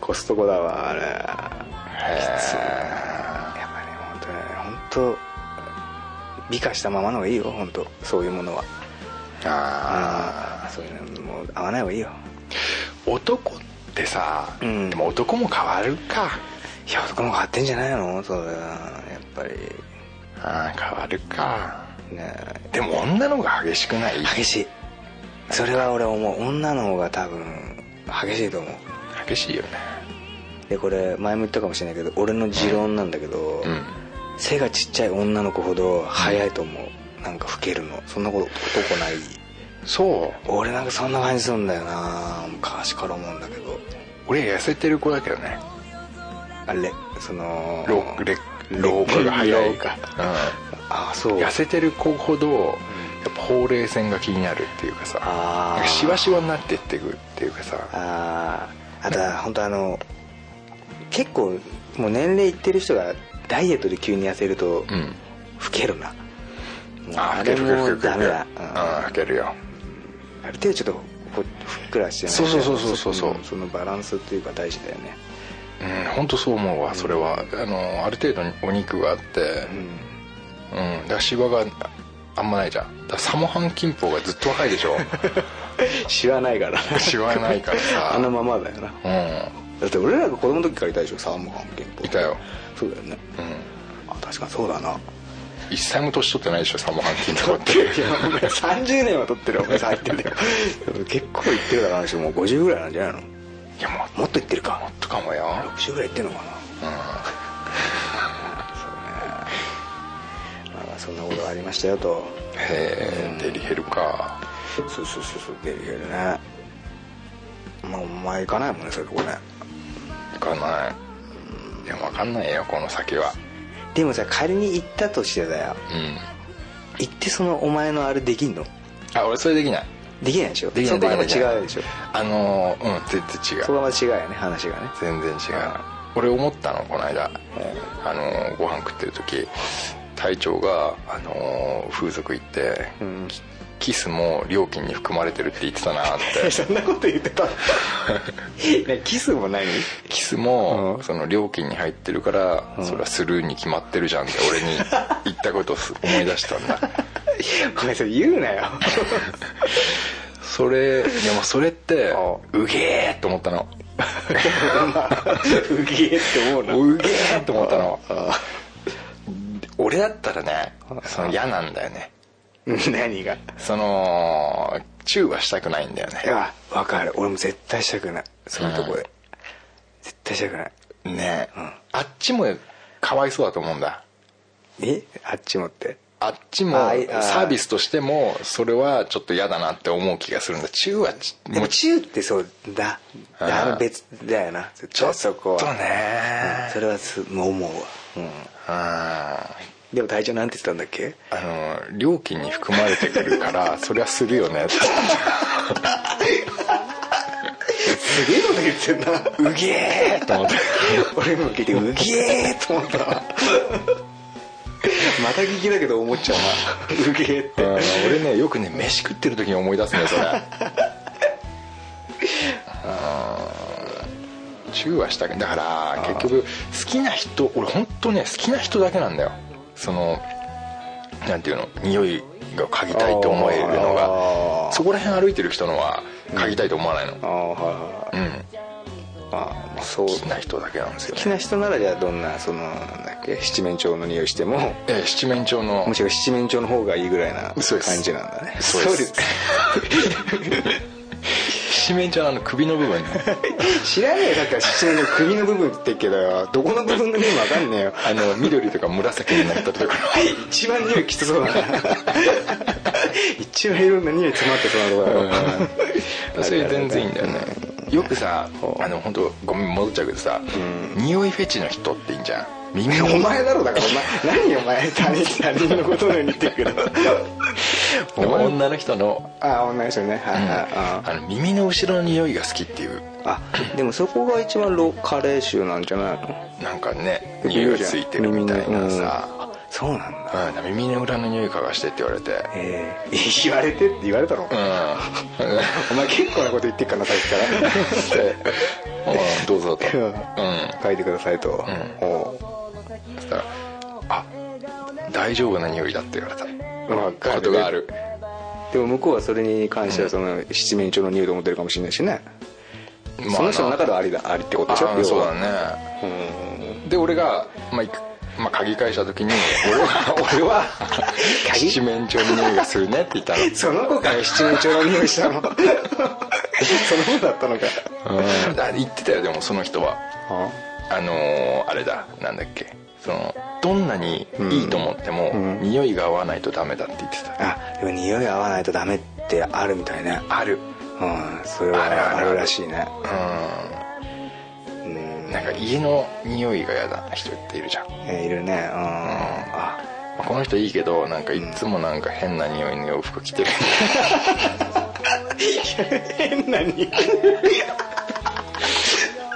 E: コストコだわあれ
D: へ
E: やっぱね本当ね本当美化したままの方がいいよ本当そういうものは
D: ーあ
E: ああそういうのもう合わない方がいいよ
D: ー男ってさ、
E: うん
D: でも男も変わるか
E: いや男の方が張ってんじゃないのそれはやっぱり
D: あー変わるか
E: ね
D: でも女の方が激しくない
E: 激しいそれは俺思う女の方が多分激しいと思う
D: 激しいよね
E: でこれ前も言ったかもしれないけど俺の持論なんだけど、
D: うん
E: 背がちっちゃい女の子ほど早いと思う、なんか老けるのそんなこと男ない
D: そう
E: 俺なんかそんな感じするんだよな昔から思うんだけど
D: 俺痩せてる子だけどね
E: あれその
D: 老レ老化が早い
E: 老化ああ
D: う
E: そ
D: ん、
E: う
D: 痩せてる子ほどやっぱほうれい線が気になるっていうかさ
E: あー
D: なんかシワシワになってってくっていうかさ
E: あああとは本当あの結構もう年齢いってる人がダイエットで急に痩せる
D: う
E: と
D: ん
E: 老けるな、もう
D: あ
E: あ
D: ー老け
E: れ
D: る老ける
E: も
D: 老ける
E: ダメだ、
D: うん
E: うん
D: 老けるよ
E: ある程度ちょっとこうふっくらしてない
D: そうそうそうそうそう
E: そのバランスっていうか大事だよね
D: うん本当そう思うわそれはあのある程度お肉があってうんだからシワがあんまないじゃんだからサモハンキンポウがずっと若いでし ょ
E: 知らないから
D: シワないからさ
E: あのままだよな
D: う
E: だって俺らが子供の時からいたでしょサーモンハン憲法
D: んいたよ
E: そうだよね
D: うん
E: あ確かにそうだな
D: 一歳も年取ってないでしょサモハンキンポウっ
E: い
D: て
E: やお前30年は取ってるお前入ってんだよ結構いってるだろあの人もう50ぐらいなんじゃないの
D: いやもう
E: もっといってるか
D: もっとかもよ
E: 60ぐらいいってんのかなそうねまあまあそんなことがありましたよと
D: へえデリヘルか
E: そうそうそうそうデリヘルねまあお前行かないもんねそういうとこね
D: 行かないいや分かんないよこの先は
E: でもさ仮に行ったとしてだよ
D: うん
E: 行ってそのお前のあれできんの
D: あ俺それできない
E: できないでしょ
D: できない
E: そこは
D: できない
E: また違うでしょ
D: あのーうん全然違
E: そうこはまた違うよね話がね
D: 全然違う俺思ったのこの間あのーご飯食ってる時隊長が、あのー風俗行って、
E: ん
D: キキスも料金に含まれてるって言ってたなーっ て
E: そんなこと言ってた ねキスもない
D: キスも、
E: うん
D: その料金に入ってるから、それはスルーに決まってるじゃんって俺 に言ったことをす思い出したんだ
E: お前それ言う なよ
D: それいやもうそれって
E: あ
D: うげーと思ったの
E: まあうげえって思うな
D: うげーと思ったの俺だったらねその嫌なんだよね
E: 何が
D: そのチューはしたくないんだよね
E: あ分かる俺も絶対したくないそういうとこで、絶対したくない
D: ねえ、あっちもかわいそうだと思うんだ
E: えあっちもって
D: あっちも
E: あいあ
D: サービスとしてもそれはちょっと嫌だなって思う気がするんだチューはち
E: でもチューってそうだ
D: うん
E: あの別だよな絶
D: ちょ
E: 対
D: っ
E: そこは
D: とね
E: それはすもう思うわ、うん、
D: うんあ
E: でも隊長なんて言ってたんだっけ
D: の料金に含まれてくるからそれはするよね
E: すげえこと言ってんなうげえ
D: と思って
E: 俺も聞いてうげえと思ったわまた聞きだけど思っちゃうなうげえって
D: うん俺ねよくね飯食ってる時に思い出すねそれうんチューはしたくだから結局好きな人俺本当ね好きな人だけなんだよそのなんていうの匂いが嗅ぎたいと思えるの
E: あ
D: が
E: ー
D: そこら辺歩いてる人のは嗅ぎたいと思わないの
E: ああはい
D: うん
E: はいああそう
D: 好きな人だけなんですよ
E: 好きな
D: ね
E: 人ならじゃあどんなそのなんだっけ七面鳥の匂いしても
D: ええ七面鳥の
E: むしろ七面鳥の方がいいぐらいな
D: そうです
E: 感じなんだね
D: そうです七面鳥のあの首の部分ね
E: 知らねえよだから七面鳥の首の部分って言ってっけどよどこの部分の部分わかんねえよ
D: あの緑とか紫になったところ
E: 一番匂いきつそうだ な一番いろんな匂い詰まってそうなとこだよ
D: それ全然いいんだよねよくさあの本当ごめん戻っちゃうけどさ匂いフェチの人っていいんじ ゃんみんな
E: お前だろだからお前何お前他人他人のことのように言ってるけ ど
D: でも女の人の
E: ああ女の人ねはいはいあ
D: あの耳の後ろの匂いが好きっていう
E: あでもそこが一番ロカレー臭なんじゃないの
D: なんかね匂いついてるみたいなさ
E: そうなんだ
D: うん耳の裏の匂い嗅がしてって言われて
E: ええ言われてって言われた の、
D: うん
E: お前結構なこと言ってっからなさっきから
D: うんどうぞと
E: う
D: うんん
E: 書いてくださいと、
D: うん
E: お
D: そしたら「あ大丈夫な匂いだ」って言われた
E: うわか
D: ことがある
E: でも向こうはそれに関してはその七面鳥の匂いと思ってるかもしれないしね、
D: まあ
E: その人の中ではありだありってこと
D: あ
E: でしょ
D: ー
E: 要は
D: そうだね
E: うん
D: で俺が、まあいくまあ、鍵返した時 に俺は 俺は七面鳥の匂いがするねって言 った
E: その子から七面鳥の匂いし たのその子だったのか
D: のうんだ言ってたよでもその人はあのーあれだなんだっけそのどんなにいいと思っても、
E: うん
D: 匂いが合わないとダメだって言ってた
E: あでも匂い合わないとダメってあるみたいね
D: ある
E: うんそれ
D: あるあ
E: は
D: る
E: あるらしいね
D: うんなんか家の匂いが嫌な人っているじゃん、ま
E: えいるねうん あ
D: あこの人いいけどなんかいつもなんか変な匂いの洋服着てる
E: 変な匂い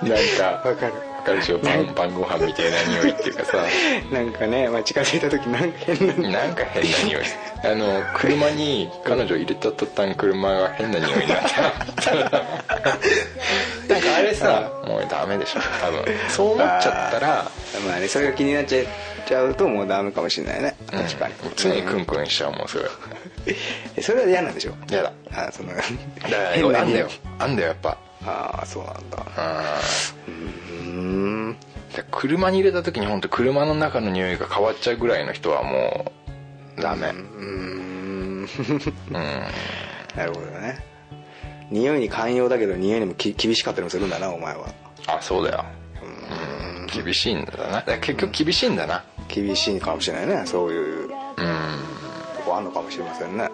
D: なんか
E: わかる
D: わかるでしょ晩晩ご飯みたいな匂いっていうかさ
E: なんかね、まあ、近づいた時なんか変な
D: なんか変な匂いあの車に彼女入れた途端車が変な匂いになった なんかあれさもうダダメでしょ多分そう思っちゃったら
E: まあねそれが気になっちゃちゃうともうダメかもしれないね
D: うん
E: 確かに、
D: 常にク
E: うん
D: ンクンしちゃうもんそれ
E: えそれは嫌なんでしょ
D: 嫌だ
E: あその
D: だからあ
E: 変な
D: んだよあんだよやっぱ
E: ああそうなんだ
D: う
E: うん
D: んで車に入れた時に本当車の中の匂いが変わっちゃうぐらいの人はもうダメ
E: うーん
D: うん
E: なるほどね匂いに寛容だけど匂いにもき厳しかったりもするんだなお前は
D: あそうだようん厳しいんだなだから結局厳しいんだな
E: 厳しいかもしれないねそういうと
D: うん
E: こあんのかもしれませんね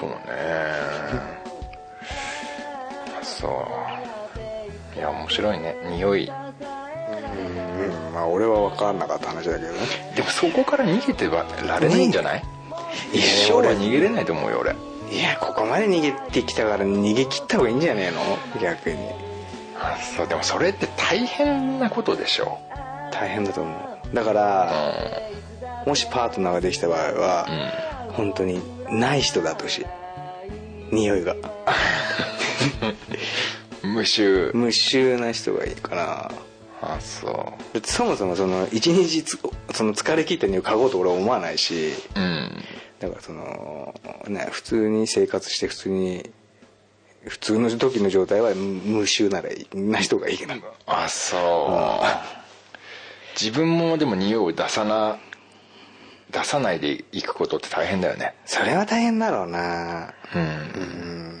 D: そうねそういや面白いね匂い
E: うんまあ俺は分からなかった話だけどね
D: でもそこから逃げてはられないんじゃない
E: い
D: 一
E: や
D: 生は逃げれないと思うよ俺
E: いやここまで逃げてきたから逃げ切った方がいいんじゃねえの逆に
D: あそうでもそれって大変なことでしょ
E: 大変だと思うだからもしパートナーができた場合
D: うん、
E: は、本当にない人だとし匂いが
D: うん、無臭
E: 無臭な人がいいかな
D: あそ
E: だってそもそもその一日つその疲れ切った匂い嗅ごうと俺は思わないし
D: ううん
E: だからそのね普通に生活して普通に普通の時の状態は無臭ならいいな人がいいな
D: あそう自分もでも匂いを出さな出さないでいくことって大変だよね
E: それは大変だろうな
D: うん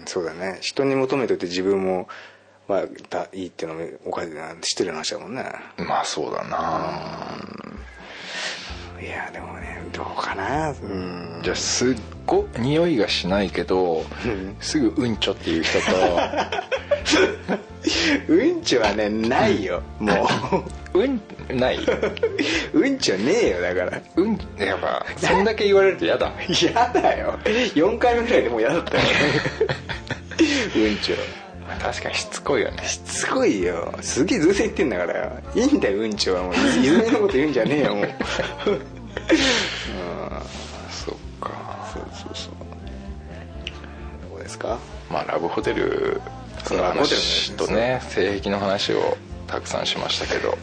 E: うんそうだね人に求めといて自分も、まあ、だいいっていうのもおかしな失礼な話だもんね
D: まあそうだない
E: やでもねどうかなうん
D: じゃあすっご匂いがしないけどすぐうんちょっていう人と
E: うんちはねないよも
D: うんない
E: ううんちはねえよだから
D: うんやっぱそんだけ言われると嫌だ
E: 嫌だよ4回目ぐらいでもう嫌だったようんちは
D: 確かにしつこいよね
E: しつこいよすげえずっと言ってんだからよいいんだようんちはもう泉のこと言うんじゃねえ よもう
D: そっか
E: そうそうそうどうですか
D: まあラブホテル
E: そう
D: の
E: ラブホテルの
D: 話とね性癖の話をたくさんしましたけど、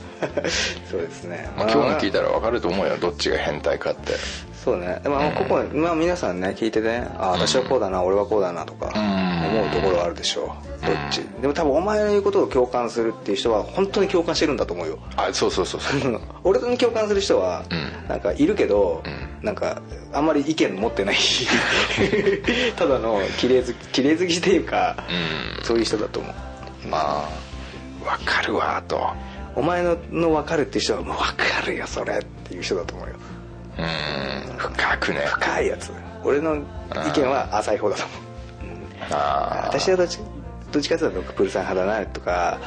E: そうですね、
D: まあ、今日の聞いたら分かると思うよどっちが変態かって
E: そうねでもあのここ、まあ、皆さんね聞いてねあ私はこうだな、俺はこうだなとか
D: ん
E: 思うところはあるでしょう、どっちでも多分お前の言うことを共感するっていう人は本当に共感してるんだと思うよ
D: あそうそうそう そう
E: 俺に共感する人は、
D: うん
E: なんかいるけど、なんかあんまり意見 持ってないただの綺麗好き綺麗好きっていうか、そういう人だと思う
D: まあ分かるわと
E: お前のの分かるっていう人はもう分かるよそれっていう人だと思うよ
D: うん深くね
E: 深いやつ俺の意見は浅い方だと思う
D: あー
E: 私はどっちどっちかというとドップルさん派だなとか、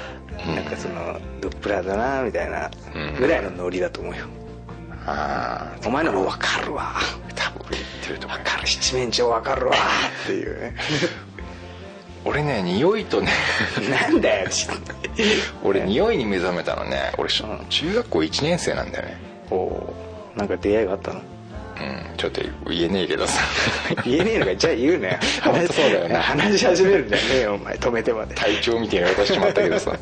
E: なんかそのドップラーだなみたいな
D: うん
E: ぐらいのノリだと思うよ、
D: あー
E: お前のも分かるわ
D: 多分言ってると思う
E: 分かる七面鳥分かるわっていうね
D: 俺ね匂いと ね
E: なんだよ
D: 俺匂いに目覚めたのね俺し
E: うん
D: 中学校1年生なんだよね
E: お おーなんか出会いがあったの
D: うんちょっと言えねえけどさ
E: 言えねえのかじゃあ言うなよ
D: 本当そうだよね
E: 話し始めるんじゃねえよお前止めてまで
D: 体調みたいなことしてまったけど さま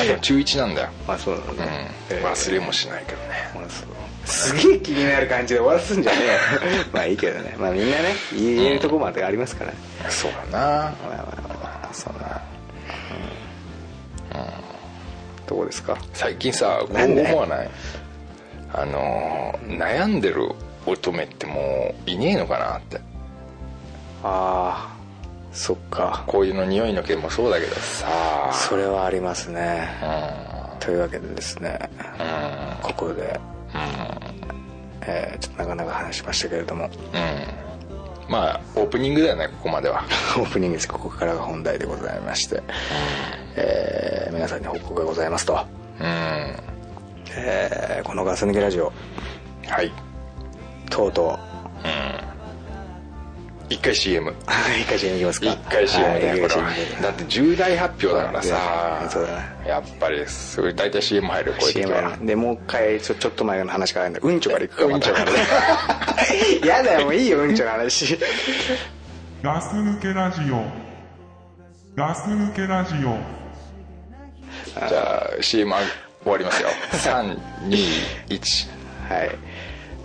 D: あでも中1なんだよ
E: まあそうなん
D: う
E: だ
D: ん
E: ね、
D: 忘れもしないけどね
E: まあそうすげえ気になる感じで終わらすんじゃねえよ まあいいけどねまあみんなね言えるとこまでありますからね、
D: そうだ
E: まあまあまあまあ
D: なそうだな
E: どこですか
D: 最近さこう
E: なんで
D: 思わないあのー悩んでる乙女ってもういねえのかなって
E: ああそっか
D: こういうの匂いの件もそうだけどさ
E: それはありますね
D: う
E: というわけでですね
D: んうん
E: ここで、えーちょっとなかなか話しましたけれども
D: うんまあオープニングだよねここまでは
E: オープニングですここからが本題でございまして、えー皆さんに報告がございますと、
D: うんは
E: えーこのガス抜きラジオ
D: い
E: とうと
D: 一回 CM
E: う 一回 CM いきますか
D: 一回 CM だ
E: はい
D: よ
E: 一
D: これ
E: 回 CM
D: はだって重大発表だからさ
E: そうだね
D: やっぱりそれ大体 CM 入るこういう時
E: CM や
D: は
E: なでもう一回ちょちょっと前の話からなんだうんちょからいくか
D: うんちょから
E: やだよもういいようんちょの話
A: ガス抜けラジオガス抜けラジオ
D: じゃあ CM あ終わりますよ 321
E: はい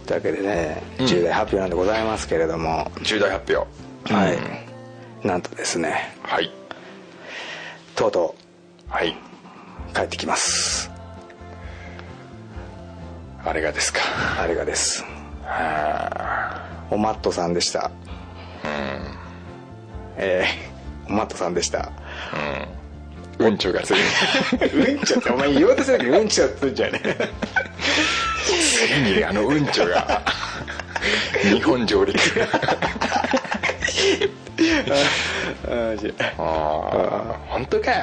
E: というわけでね、重大発表なんでございますけれども、
D: 重大発表
E: は
D: うん
E: いなんとですね
D: はい
E: とうと
D: はい、
E: う帰ってきます
D: あれがですか
E: あれがですおマットさんでしたえーおマットさんでした
D: うんちょがついに
E: うんちゃってお前言おうとするけどうんちゃってんじゃねえ
D: ついにあのうんちょ が日本上陸ああ本当かよ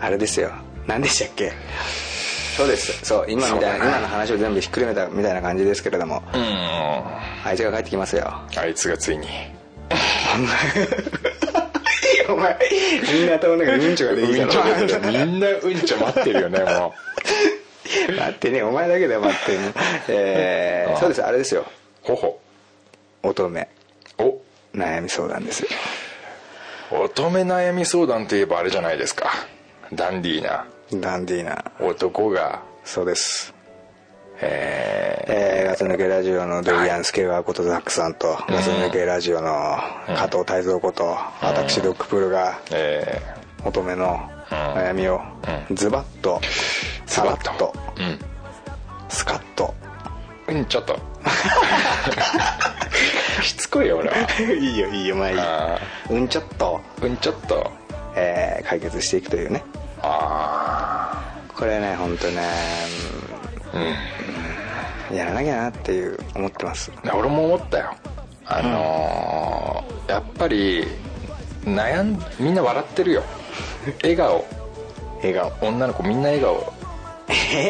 E: あれですよ何でしたっけそうですそう今みたいな今の話を全部ひっくるめたみたいな感じですけれども、
D: うん
E: あいつが帰ってきますよ
D: あいつがついに
E: お前みんな頭の中にうんちょができ
D: うんちょ
E: たの
D: がみんなうんちょ待ってるよねも
E: 待ってねお前だけだ よ待ってねえーそうですあれですよ
D: うほほ
E: 乙女
D: お
E: 悩み相談ですよ
D: 乙女悩み相談といえばあれじゃないですかダンディーな
E: ダンディーな
D: 男が
E: そうです
D: え
E: えー、ガス抜けラジオのドリアン・スケワーことザックさんと、ガス抜けラジオの加藤泰造こと、私ドックプルが
D: ー、え
E: 乙女の悩みをズバッとさらっ
D: ズバッ
E: と
D: ー、
E: スカッと
D: うんうんちょっと しつこいよ俺はい
E: いよいいよまあいいよ
D: あ
E: うんちょっと、
D: うんちょっと
E: えー解決していくというね
D: あ
E: これね本当ね
D: あうん
E: うんやらなきゃなっていう思ってます
D: ね俺も思ったよあのーやっぱり悩んみんな笑ってるよ笑顔
E: 笑顔
D: 女の子みんな笑顔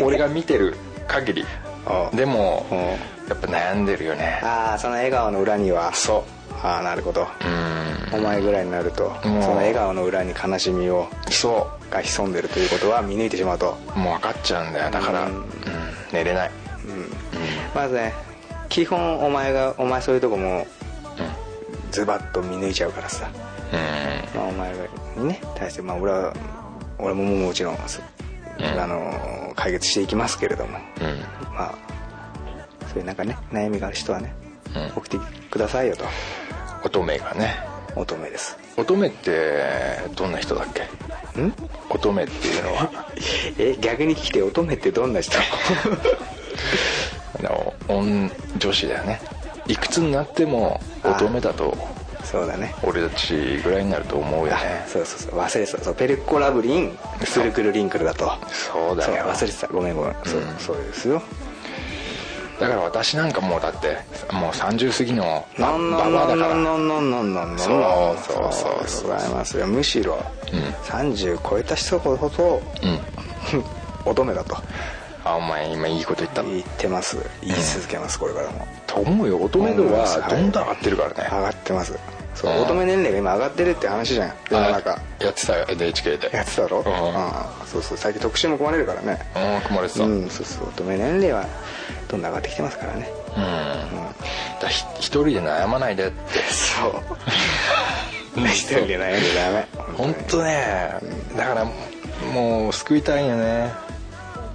D: 俺が見てる限り
E: あ
D: でも
E: うん
D: やっぱ悩んでるよね
E: ああその笑顔の裏には
D: そ
E: ああなるほど
D: ううん
E: お前ぐらいになるとそ
D: うん
E: の笑顔の裏に悲しみを
D: そ
E: が潜んでるということは見抜いてしまうと
D: うもう分かっちゃうんだよだから、
E: う
D: うんん寝れない
E: まずね基本お前がお前そういうとこもズバッと見抜いちゃうからさ、
D: うん
E: まあ、お前にね対してまあ俺は俺ももちろん、すあの解決していきますけれども
D: うんうん
E: まあそういうなんかね悩みがある人はね、
D: うん
E: 送ってくださいよと
D: 乙女がね
E: 乙女です
D: 乙女ってどんな人だっけ
E: ん
D: 乙女っていうの は
E: え逆に聞いて乙女ってどんな人
D: あの女女子だよねいくつになっても乙女だと
E: そうだね
D: 俺たちぐらいになると思うよ
E: あ
D: ね
E: そうそうそう忘れてたそうペルコラブリンスルクルリンクルだと
D: そうだよ
E: 忘れてたごめんごめん、そう
D: うん
E: そうですよ
D: だから私なんかもうだってもう30過ぎのバ
E: なんな
D: ババ
E: んな
D: アだ
E: ん
D: から
E: なんなんなんなんなんなん
D: そうそうそう
E: でございますよむしろ、
D: うん
E: 30超えた人ほど
D: うん
E: 乙女だと
D: あお前今いいこと言った
E: 言ってます言い続けますこれからも
D: と思うよ乙女度
E: 思い
D: は
E: ます
D: どんどん上がってるからね、
E: 上がってますそう
D: うん
E: 乙女年齢が今上がってるって話じゃん世の中
D: あやってたよ NHK で
E: やってたろ、
D: うん
E: うんそうそう最近特集も組まれるからね
D: うん組まれてた
E: う
D: うん、
E: んそうそう乙女年齢はどんどん上がってきてますからね
D: だからひ一人で悩まないでって
E: そう 一人で悩んじゃダメ
D: 本当ねだからもう救いたいよね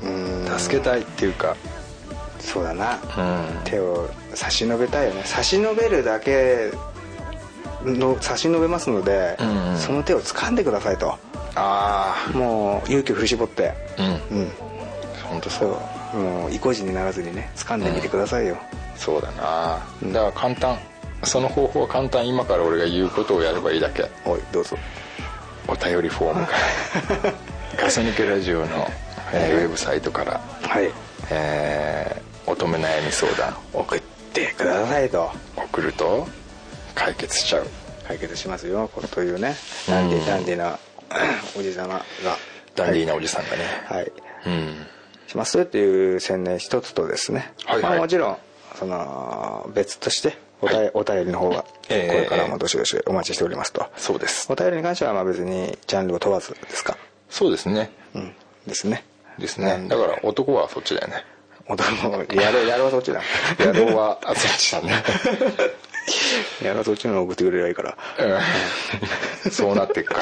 E: 当にうん
D: 助けたいっていうか
E: そうだな
D: うん
E: 手を差し伸べたいよね差し伸べるだけの差し伸べますので、
D: うんうん
E: その手を掴んでくださいと
D: あ
E: もう勇気を振り絞って
D: あうん
E: うん
D: 本当そ
E: そううもう意固地にならずにね掴んでみてくださいよ、
D: そうだなだから簡単その方法は簡単今から俺が言うことをやればいいだけ
E: おいどうぞ
D: お便りフォームから ガス抜けラジオの、えーウェブサイトから、
E: はい
D: えー乙女悩み相談
E: 送ってくださいと
D: 送ると解決しちゃう
E: 解決しますよこうというね
D: うん
E: ダンディダンディなおじさまが
D: ダンディーなおじさんがね、
E: はい
D: うん
E: しますよっていう宣言一つとですね、
D: はいはい
E: まあ、もちろんその別としておた、
D: は
E: お便りの方はこ
D: ええ
E: れからもどしどしお待ちしておりますと、
D: そうです
E: お便りに関してはまあ別にジャンルを問わずですか
D: そうですね
E: うんですね
D: ですねだから男はそっちだよね
E: おもやろうやろうそっちだ
D: 野郎はあそっちだね
E: いやそっちの方が送ってくれればいいから
D: うんそうなっていくから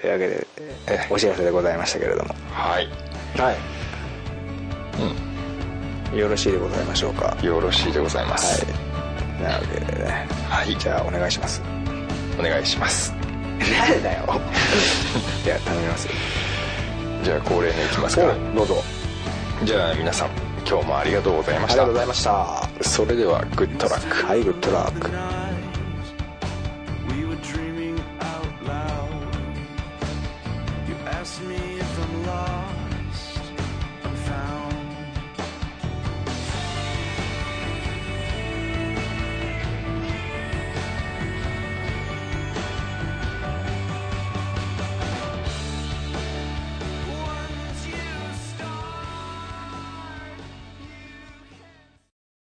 E: というわけでえお知らせでございましたけれども
D: はい
E: はい、うん、よろしいでございましょうか
D: よろしいでございます
E: はいなわけでね
D: はい
E: じゃあお願いします
D: お願いします
E: 誰 だよいや頼みますよ
D: じゃあ恒例にいきますから
E: どうぞ
D: じゃあ皆さん今日もありがとうござい
E: あ
D: ま
E: り
D: した
E: がとうございました
D: それではグッドラック
E: はいグッドラック
F: 「